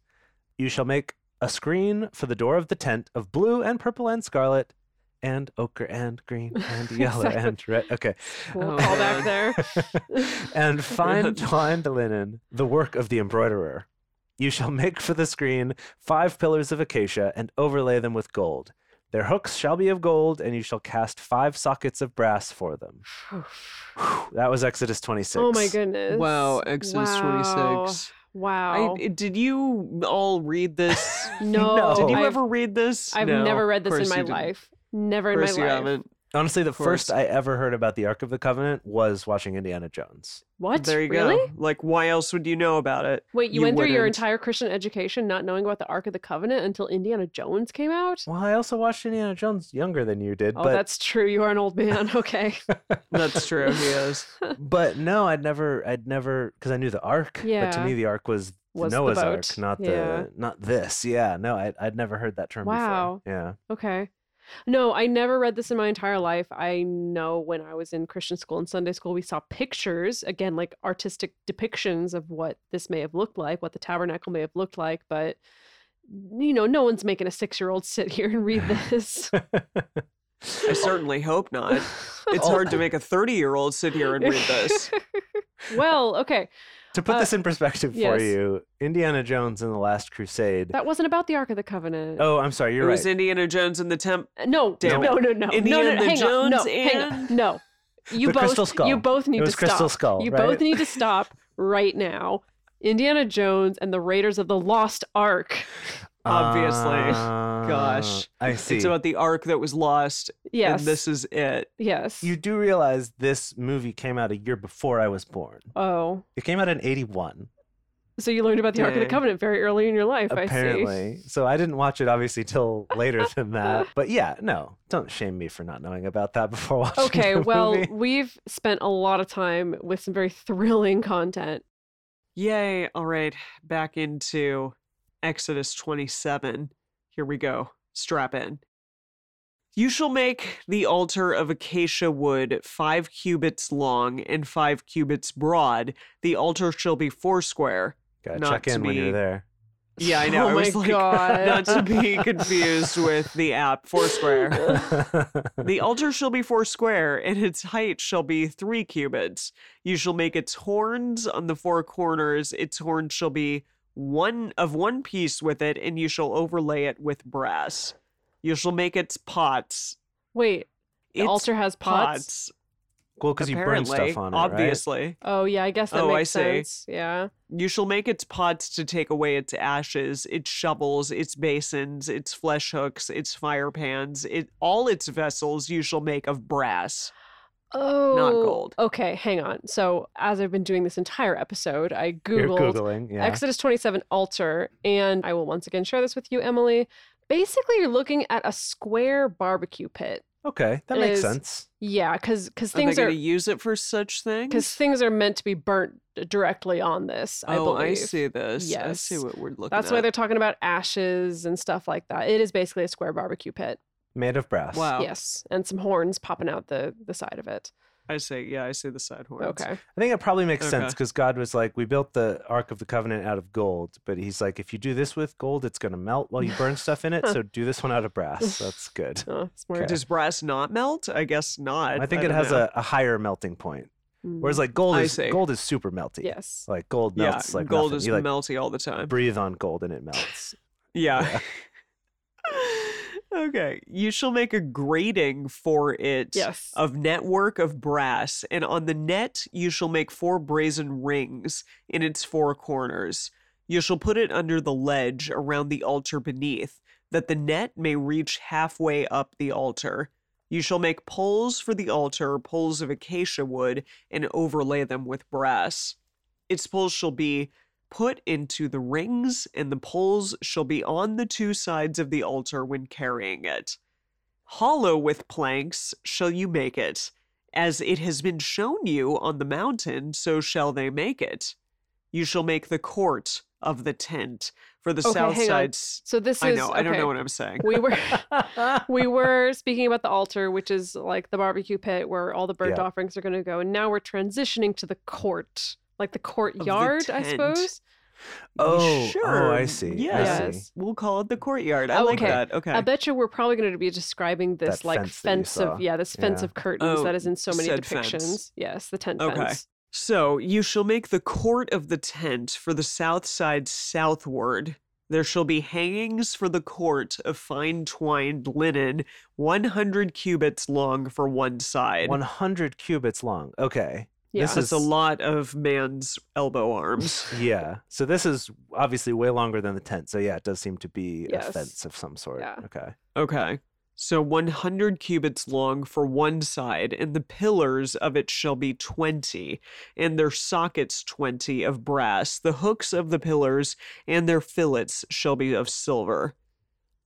Speaker 3: You shall make a screen for the door of the tent of blue and purple and scarlet and ochre and green and yellow
Speaker 4: Exactly.
Speaker 3: and red. Okay.
Speaker 4: We'll
Speaker 2: Oh,
Speaker 4: call
Speaker 2: man.
Speaker 4: back there.
Speaker 3: and fine
Speaker 2: Good.
Speaker 3: twined linen, the work of the embroiderer. You shall make for the screen five pillars of acacia and overlay them with gold. Their hooks shall be of gold, and you shall cast five sockets of brass for them. Whew, that was Exodus 26.
Speaker 4: Oh my goodness.
Speaker 2: Wow, Exodus
Speaker 4: Wow.
Speaker 2: 26.
Speaker 4: Wow.
Speaker 2: I, did you all read this?
Speaker 4: no.
Speaker 3: No.
Speaker 2: Did you
Speaker 4: I've,
Speaker 2: ever read this?
Speaker 4: I've
Speaker 2: No,
Speaker 4: never read
Speaker 2: of
Speaker 4: this in
Speaker 2: course
Speaker 4: my
Speaker 2: you didn't.
Speaker 4: life. Never
Speaker 2: Of
Speaker 4: in my
Speaker 2: course
Speaker 4: life.
Speaker 2: you haven't.
Speaker 3: Honestly, the
Speaker 2: Of course.
Speaker 3: first I ever heard about the Ark of the Covenant was watching Indiana Jones.
Speaker 4: What?
Speaker 2: There you
Speaker 4: really?
Speaker 2: go. Like, why else would you know about it?
Speaker 4: Wait, you,
Speaker 2: You
Speaker 4: went through your
Speaker 2: wouldn't.
Speaker 4: entire Christian education not knowing about the Ark of the Covenant until Indiana Jones came out?
Speaker 3: Well, I also watched Indiana Jones younger than you did,
Speaker 4: Oh,
Speaker 3: but
Speaker 4: that's true. You are an old man. Okay.
Speaker 2: That's true. He is.
Speaker 3: but no, I'd never, I'd never, because I knew the Ark. But to
Speaker 4: Yeah.
Speaker 3: me, the Ark was, the
Speaker 4: Was the
Speaker 3: Noah's
Speaker 4: boat.
Speaker 3: Ark, not
Speaker 4: Yeah.
Speaker 3: the, not this. Yeah, no, I, I'd never heard that term
Speaker 4: Wow.
Speaker 3: before. Yeah.
Speaker 4: Okay. No, I never read this in my entire life. I know when I was in Christian school and Sunday school, we saw pictures, again, like artistic depictions of what this may have looked like, what the tabernacle may have looked like, but you know, no one's making a six year old sit here and read this.
Speaker 2: I certainly hope not. It's
Speaker 3: Oh.
Speaker 2: hard to make a 30 year old sit here and read this.
Speaker 4: well, okay.
Speaker 3: to put
Speaker 4: Uh,
Speaker 3: this in perspective for
Speaker 4: yes.
Speaker 3: you, Indiana Jones and the Last Crusade.
Speaker 4: That wasn't about the Ark of the Covenant.
Speaker 3: oh, I'm sorry,
Speaker 2: It
Speaker 3: you're
Speaker 2: was
Speaker 3: right.
Speaker 2: Indiana Jones and the Temp.
Speaker 4: Uh, No,
Speaker 2: Damn
Speaker 4: no, no, no, no, no,
Speaker 2: Indiana
Speaker 4: no, hang on, no,
Speaker 2: Jones
Speaker 4: hang on,
Speaker 2: and-
Speaker 4: no. You
Speaker 3: The
Speaker 4: both,
Speaker 3: Crystal
Speaker 4: you
Speaker 3: Skull.
Speaker 4: both need
Speaker 3: It was
Speaker 4: to
Speaker 3: Crystal
Speaker 4: stop.
Speaker 3: Skull.
Speaker 4: you
Speaker 3: right?
Speaker 4: both need to stop right now. Indiana Jones and the Raiders of the Lost Ark.
Speaker 2: Obviously. Gosh.
Speaker 3: Ah, Uh, I see.
Speaker 2: It's about the ark that was lost,
Speaker 4: Yes,
Speaker 2: and this is it.
Speaker 4: yes.
Speaker 3: you do realize this movie came out a year before I was born.
Speaker 4: oh,
Speaker 3: It came out in 81.
Speaker 4: so you learned about the Ark of the
Speaker 2: Dang.
Speaker 4: Covenant very early in your life. I see.
Speaker 3: apparently. So I didn't watch it obviously till later than that. But yeah, no, don't shame me for not knowing about that before watching.
Speaker 4: Okay,
Speaker 3: the
Speaker 4: well,
Speaker 3: movie.
Speaker 4: we've spent a lot of time with some very thrilling content.
Speaker 2: Yay. All right. Back into Exodus 27. Here we go. Strap in. You shall make the altar of acacia wood five cubits long and five cubits broad. The altar shall be foursquare.
Speaker 3: gotta
Speaker 2: not
Speaker 3: check
Speaker 2: to
Speaker 3: in when
Speaker 2: be-
Speaker 3: you're there.
Speaker 2: Yeah, I know.
Speaker 4: Oh
Speaker 2: I was
Speaker 4: my
Speaker 2: like,
Speaker 4: God.
Speaker 2: not to be confused with the app Foursquare. The altar shall be four square, and its height shall be three cubits. You shall make its horns on the four corners. Its horns shall be one of one piece with it, and you shall overlay it with brass. You shall make its pots.
Speaker 4: Wait, the
Speaker 2: Its
Speaker 4: altar has pots.
Speaker 3: Well, because you burn stuff
Speaker 2: apparently,
Speaker 3: on it,
Speaker 2: obviously.
Speaker 4: Oh yeah, I guess that
Speaker 2: Oh, I
Speaker 4: makes
Speaker 2: see.
Speaker 4: sense. Yeah.
Speaker 2: You shall make its pots to take away its ashes, its shovels, its basins, its flesh hooks, its fire pans, it, all its vessels you shall make of brass.
Speaker 4: Oh,
Speaker 2: gold.
Speaker 4: Okay, hang on. So, as I've been doing this entire episode, I
Speaker 3: right? You're
Speaker 4: Googled
Speaker 3: googling, yeah.
Speaker 4: Exodus 27 altar, and I will once again share this with you, Emily. Basically, you're looking at a square barbecue pit.
Speaker 3: Okay, that makes
Speaker 4: Is-
Speaker 3: sense.
Speaker 4: Yeah, because because
Speaker 2: Are they
Speaker 4: things
Speaker 2: going
Speaker 4: are
Speaker 2: to use it for such things?
Speaker 4: because things are meant to be burnt directly on this. I
Speaker 2: oh,
Speaker 4: believe.
Speaker 2: I see this. I see
Speaker 4: Yes.
Speaker 2: what we're looking
Speaker 4: That's
Speaker 2: at.
Speaker 4: why they're talking about ashes and stuff like that. It is basically a square barbecue pit.
Speaker 3: Made of brass.
Speaker 2: Wow.
Speaker 4: Yes, and some horns popping out the the side of it.
Speaker 2: I see. Yeah, I see the side horns.
Speaker 4: Okay.
Speaker 3: I think it probably makes
Speaker 2: Okay.
Speaker 3: sense because God was like, "We built the Ark of the Covenant out of gold," but He's like, "If you do this with gold, it's going to melt while you burn stuff in it. So do this one out of brass. That's good."
Speaker 4: Oh, smart.
Speaker 3: Okay.
Speaker 2: Does brass not melt? I guess not.
Speaker 3: I think it
Speaker 2: don't
Speaker 3: has
Speaker 2: know.
Speaker 3: a, a higher melting point,
Speaker 4: Mm.
Speaker 3: whereas like gold
Speaker 2: I
Speaker 3: is
Speaker 2: see.
Speaker 3: gold is super melty.
Speaker 4: yes.
Speaker 3: like gold
Speaker 2: yeah,
Speaker 3: melts like
Speaker 2: gold
Speaker 3: nothing.
Speaker 2: is
Speaker 3: you, like,
Speaker 2: melty all the time.
Speaker 3: Breathe on gold and it melts.
Speaker 2: Yeah. okay. You shall make a grating for it
Speaker 4: Yes.
Speaker 2: of network of brass, and on the net you shall make four brazen rings in its four corners. You shall put it under the ledge around the altar beneath, that the net may reach halfway up the altar. You shall make poles for the altar, poles of acacia wood, and overlay them with brass. Its poles shall be put into the rings, and the poles shall be on the two sides of the altar when carrying it. Hollow with planks shall you make it. As it has been shown you on the mountain, so shall they make it. You shall make the court of the tent for the
Speaker 4: Okay,
Speaker 2: south
Speaker 4: hang on.
Speaker 2: sides.
Speaker 4: So this
Speaker 2: I
Speaker 4: is.
Speaker 2: know, I don't
Speaker 4: okay.
Speaker 2: know what I'm saying.
Speaker 4: we were we were speaking about the altar, which is like the barbecue pit where all the burnt
Speaker 3: Yeah.
Speaker 4: offerings are going to go, and now we're transitioning to the court, like the courtyard, I
Speaker 2: tent.
Speaker 4: suppose.
Speaker 3: oh,
Speaker 2: sure.
Speaker 3: oh, I see.
Speaker 2: Yes.
Speaker 3: I see.
Speaker 4: Yes.
Speaker 2: We'll call it the courtyard. I like
Speaker 4: Oh, Okay.
Speaker 2: that. Okay.
Speaker 4: I bet you we're probably going to be describing this
Speaker 3: That
Speaker 4: like
Speaker 3: fence that you
Speaker 4: fence
Speaker 3: saw.
Speaker 4: of yeah, this fence
Speaker 3: Yeah.
Speaker 4: of curtains
Speaker 2: Oh,
Speaker 4: that is in so many
Speaker 2: said fence.
Speaker 4: depictions. Yes, the tent
Speaker 2: Okay.
Speaker 4: fence.
Speaker 2: So you shall make the court of the tent for the south side southward. There shall be hangings for the court of fine twined linen, 100 cubits long for one side.
Speaker 3: One hundred cubits long. Okay.
Speaker 4: Yeah.
Speaker 3: This
Speaker 2: That's a
Speaker 3: is-
Speaker 2: lot of man's elbow arms.
Speaker 3: Yeah. So this is obviously way longer than the tent. So yeah, it does seem to be a
Speaker 4: Yes.
Speaker 3: fence of some sort.
Speaker 4: Yeah.
Speaker 3: Okay.
Speaker 2: Okay. So 100 cubits long for one side, and the pillars of it shall be 20, and their sockets 20 of brass. The hooks of the pillars and their fillets shall be of silver.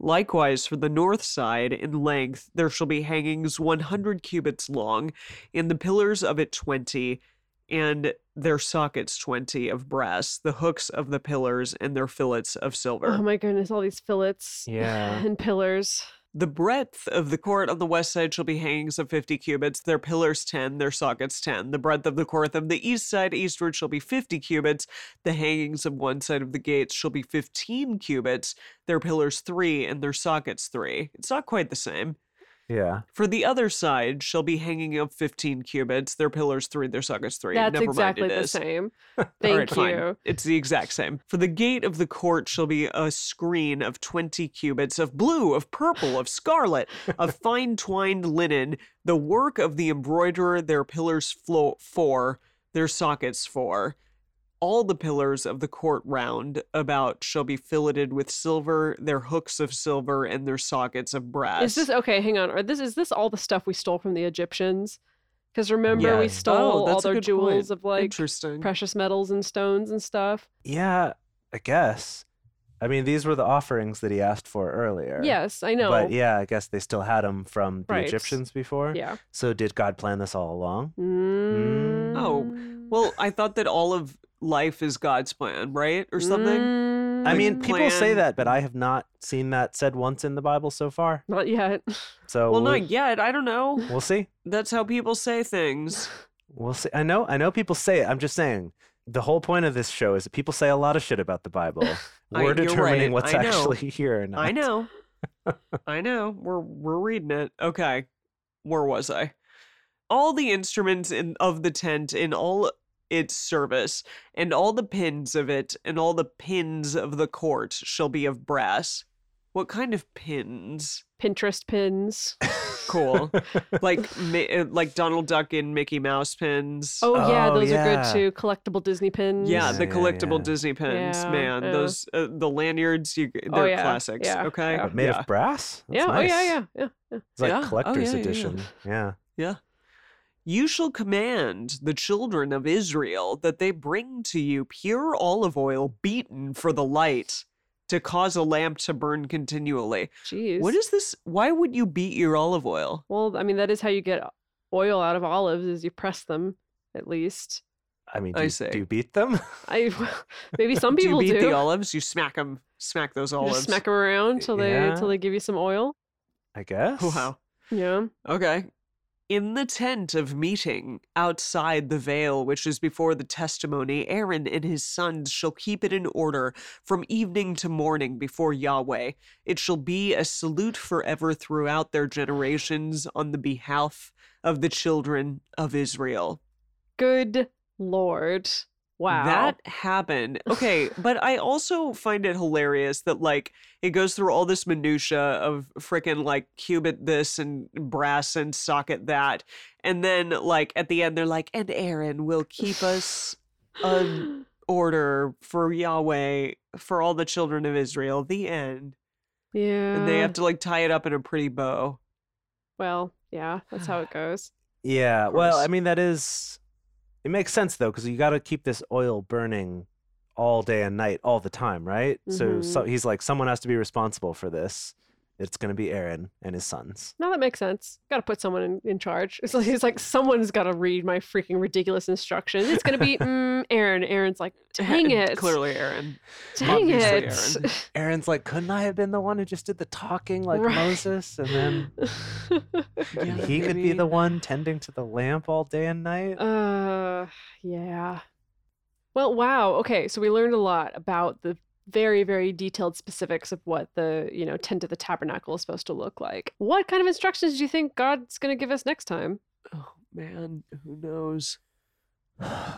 Speaker 2: Likewise, for the north side in length, there shall be hangings 100 cubits long, and the pillars of it 20, and their sockets 20 of brass. The hooks of the pillars and their fillets of silver.
Speaker 4: Oh my goodness, all these fillets
Speaker 3: Yeah.
Speaker 4: and pillars.
Speaker 2: The breadth of the court on the west side shall be hangings of 50 cubits, their pillars 10, their sockets 10. The breadth of the court of the east side eastward shall be 50 cubits, the hangings of one side of the gates shall be 15 cubits, their pillars 3, and their sockets 3. It's not quite the same.
Speaker 3: Yeah.
Speaker 2: For the other side shall be hanging of 15 cubits, their pillars 3, their sockets 3.
Speaker 4: That's
Speaker 2: Never
Speaker 4: exactly
Speaker 2: mind, it
Speaker 4: the
Speaker 2: is.
Speaker 4: same.
Speaker 2: All
Speaker 4: Thank
Speaker 2: right,
Speaker 4: you.
Speaker 2: fine. It's the exact same. For the gate of the court shall be a screen of 20 cubits of blue, of purple, of scarlet, of fine twined linen, the work of the embroiderer, their pillars flo- four, their sockets four. All the pillars of the court round about shall be filleted with silver, their hooks of silver, and their sockets of brass.
Speaker 4: Is this okay? Hang on. Are this is this all the stuff we stole from the Egyptians? Because remember
Speaker 3: Yeah.
Speaker 4: we stole all
Speaker 2: Oh, that's a
Speaker 4: their
Speaker 2: good point.
Speaker 4: jewels of like
Speaker 2: interesting?
Speaker 4: precious metals and stones and stuff.
Speaker 3: Yeah. I guess. I mean, these were the offerings that he asked for earlier.
Speaker 4: Yes, I know.
Speaker 3: But yeah, I guess they still had them from the
Speaker 4: Right.
Speaker 3: Egyptians before.
Speaker 4: Yeah.
Speaker 3: So did God plan this all along?
Speaker 4: Mm.
Speaker 2: Oh, Well, I thought that all of life is God's plan, right? Or something?
Speaker 4: Mm,
Speaker 3: I
Speaker 2: Like
Speaker 3: mean, people say
Speaker 2: plan-
Speaker 3: that, but I have not seen that said once in the Bible so far.
Speaker 4: not yet.
Speaker 3: So
Speaker 2: Well,
Speaker 3: we'll,
Speaker 2: not yet. I don't know.
Speaker 3: we'll see.
Speaker 2: That's how people say things.
Speaker 3: We'll see. I know. I know. People say it. I'm just saying. The whole point of this show is that people say a lot of shit about the Bible.
Speaker 2: I-
Speaker 3: We're
Speaker 2: you're right.
Speaker 3: determining what's
Speaker 2: I know.
Speaker 3: actually here. Or not.
Speaker 2: I know. I know. We're we're reading it. Okay. Where was I? All the instruments in of the tent in all its service, and all the pins of it, and all the pins of the court shall be of brass. What kind of pins?
Speaker 4: Pinterest pins.
Speaker 2: Cool. like mi- uh, like Donald Duck and Mickey Mouse pins.
Speaker 4: Oh, yeah,
Speaker 3: Oh,
Speaker 4: those
Speaker 3: yeah.
Speaker 4: are good too. Collectible Disney pins.
Speaker 2: Yeah,
Speaker 3: Yeah,
Speaker 2: the
Speaker 3: yeah,
Speaker 2: collectible
Speaker 3: yeah.
Speaker 2: Disney pins,
Speaker 4: Yeah,
Speaker 2: man.
Speaker 4: yeah.
Speaker 2: Those uh, the lanyards, you they're
Speaker 4: Oh, yeah,
Speaker 2: classics.
Speaker 4: yeah,
Speaker 2: okay,
Speaker 4: yeah.
Speaker 3: But made
Speaker 2: yeah.
Speaker 3: of brass. That's
Speaker 4: Yeah. Oh yeah.
Speaker 3: nice.
Speaker 4: Yeah. Yeah.
Speaker 3: It's like
Speaker 2: Yeah. Oh,
Speaker 3: collector's
Speaker 2: yeah, yeah, yeah.
Speaker 3: edition. Yeah.
Speaker 2: You shall command the children of Israel that they bring to you pure olive oil beaten for the light. to cause a lamp to burn continually.
Speaker 4: Jeez.
Speaker 2: What is this? Why would you beat your olive oil?
Speaker 4: Well, I mean, that is how you get oil out of olives is you press them, at least.
Speaker 3: I mean, do,
Speaker 2: I
Speaker 3: you-
Speaker 2: say.
Speaker 3: do you beat them?
Speaker 4: I maybe some
Speaker 2: Do
Speaker 4: people
Speaker 2: you
Speaker 4: do.
Speaker 2: beat the olives? You smack them, smack those
Speaker 4: You
Speaker 2: olives.
Speaker 4: Just smack them around till they
Speaker 3: Yeah.
Speaker 4: till they give you some oil.
Speaker 3: I guess.
Speaker 2: Oh, Wow.
Speaker 4: Yeah.
Speaker 2: Okay. In the tent of meeting outside the veil, which is before the testimony, Aaron and his sons shall keep it in order from evening to morning before Yahweh. It shall be a salute forever throughout their generations on the behalf of the children of Israel.
Speaker 4: Good lord. Wow.
Speaker 2: That happened. Okay, but I also find it hilarious that like it goes through all this minutia of frickin' like cubit this and brass and socket that, and then like at the end they're like, and Aaron will keep us an order for Yahweh for all the children of Israel. The end,
Speaker 4: yeah.
Speaker 2: and they
Speaker 3: Mm.
Speaker 2: have to like tie it up in a pretty bow.
Speaker 4: Well, yeah, that's how it goes.
Speaker 3: Yeah. Well, I
Speaker 2: course.
Speaker 3: mean, that is. It makes sense though, because you got to keep this oil burning all day and night, all the time, right? So,
Speaker 2: Mm-hmm.
Speaker 3: so he's like, someone has to be responsible for this. It's going to be Aaron and his sons.
Speaker 4: No, that makes sense. Got to put someone in, in charge. It's like, it's like someone's got to read my freaking ridiculous instructions. It's gonna be mm, Aaron. Aaron's like, dang it,
Speaker 2: Clearly, Aaron.
Speaker 4: dang
Speaker 2: obviously
Speaker 4: it.
Speaker 3: Aaron's like, couldn't I have been the one who just did the talking like
Speaker 4: Right.
Speaker 3: Moses? And then
Speaker 2: Yeah,
Speaker 3: he could be
Speaker 2: maybe.
Speaker 3: the one tending to the lamp all day and night.
Speaker 4: Uh, yeah. Well, wow. Okay, so we learned a lot about the very, very detailed specifics of what the you know tent of the tabernacle is supposed to look like. What kind of instructions do you think God's going to give us next time?
Speaker 2: Oh man, who knows?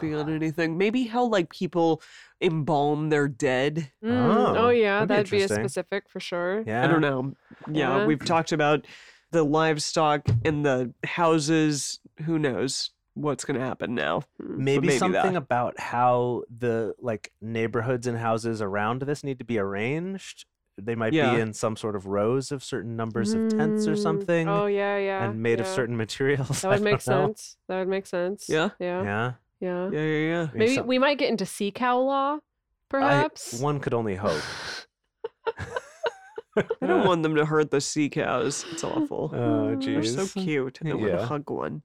Speaker 2: Beyond anything, maybe how like people embalm their dead.
Speaker 4: Mm,
Speaker 3: Oh,
Speaker 4: yeah,
Speaker 3: that'd
Speaker 4: that'd
Speaker 3: be
Speaker 4: be a
Speaker 3: interesting.
Speaker 4: specific for sure.
Speaker 3: yeah.
Speaker 2: I don't know. Yeah,
Speaker 4: Yeah.
Speaker 2: we've talked about the livestock and the houses. Who knows what's going to happen now?
Speaker 4: Mm.
Speaker 3: Maybe,
Speaker 2: maybe
Speaker 3: something
Speaker 2: that.
Speaker 3: about how the like neighborhoods and houses around this need to be arranged. They might
Speaker 2: Yeah.
Speaker 3: be in some sort of rows of certain numbers of tents or
Speaker 4: Mm,
Speaker 3: something.
Speaker 4: Oh yeah, yeah.
Speaker 3: and made of
Speaker 4: yeah.
Speaker 3: certain materials.
Speaker 4: That
Speaker 3: I
Speaker 4: would make
Speaker 3: don't know.
Speaker 4: sense. That would make sense.
Speaker 2: Yeah?
Speaker 4: Yeah. Yeah.
Speaker 3: Yeah.
Speaker 2: Yeah, yeah, yeah.
Speaker 3: I mean,
Speaker 4: Maybe
Speaker 3: some-
Speaker 4: we might get into sea cow law,
Speaker 3: I-
Speaker 4: perhaps.
Speaker 3: one could only hope.
Speaker 2: I don't want them to hurt the sea cows. It's awful.
Speaker 3: Oh,
Speaker 2: They're so
Speaker 3: jeez.
Speaker 2: cute. and I want
Speaker 3: Yeah.
Speaker 2: to hug one.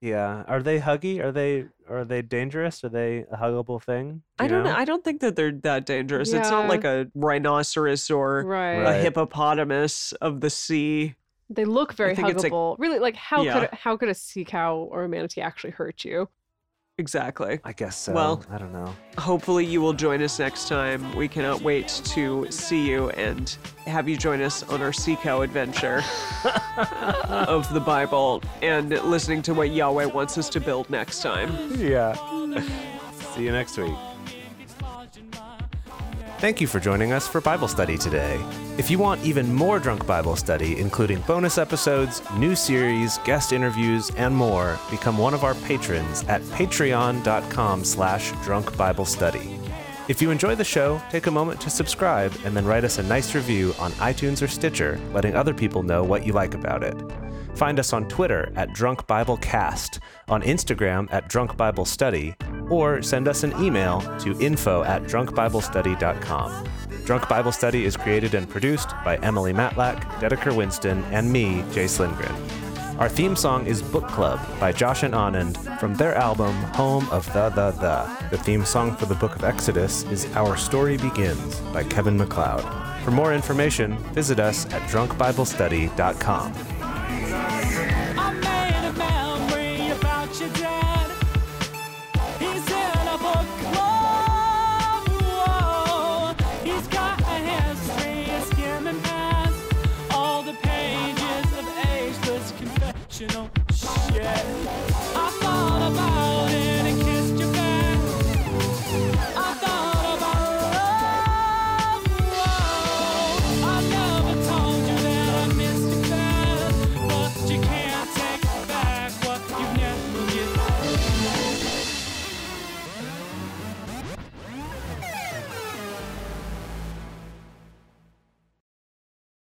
Speaker 3: Yeah. Are they huggy? Are they are they dangerous? Are they a huggable thing?
Speaker 2: I
Speaker 3: You
Speaker 2: don't. know? I don't think that they're that dangerous. It's not
Speaker 4: Yeah.
Speaker 2: like a rhinoceros or
Speaker 4: right.
Speaker 3: Right.
Speaker 2: a hippopotamus of the sea.
Speaker 4: They look very
Speaker 2: think it's like-
Speaker 4: huggable. really, like how
Speaker 2: Yeah.
Speaker 4: could how could a sea cow or a manatee actually hurt you?
Speaker 2: Exactly.
Speaker 3: I guess so.
Speaker 2: Well-
Speaker 3: I don't know.
Speaker 2: Hopefully, you will join us next time. We cannot wait to see you and have you join us on our Sea Cow adventure of the Bible and listening to what Yahweh wants us to build next time.
Speaker 3: Yeah. See you next week. Thank you for joining us for Bible study today. If you want even more Drunk Bible Study, including bonus episodes, new series, guest interviews, and more, become one of our patrons at patreon.com slash drunk Bible study. If you enjoy the show, take a moment to subscribe and then write us a nice review on iTunes or Stitcher, letting other people know what you like about it. Find us on Twitter at Drunk Bible Cast, on Instagram at Drunk Bible Study, or send us an email to info at drunkbiblestudy.com. Drunk Bible Study is created and produced by Emily Matlack, Dedeker Winston, and me, Jace Lindgren. Our theme song is Book Club by Josh and Anand from their album Home of the The The. The theme song for the Book of Exodus is Our Story Begins by Kevin McLeod. For more information, visit us at drunkbiblestudy.com.
Speaker 1: I made a memory about your dad. He's in a book club. Whoa. He's got a history of skimming past all the pages of ageless confessional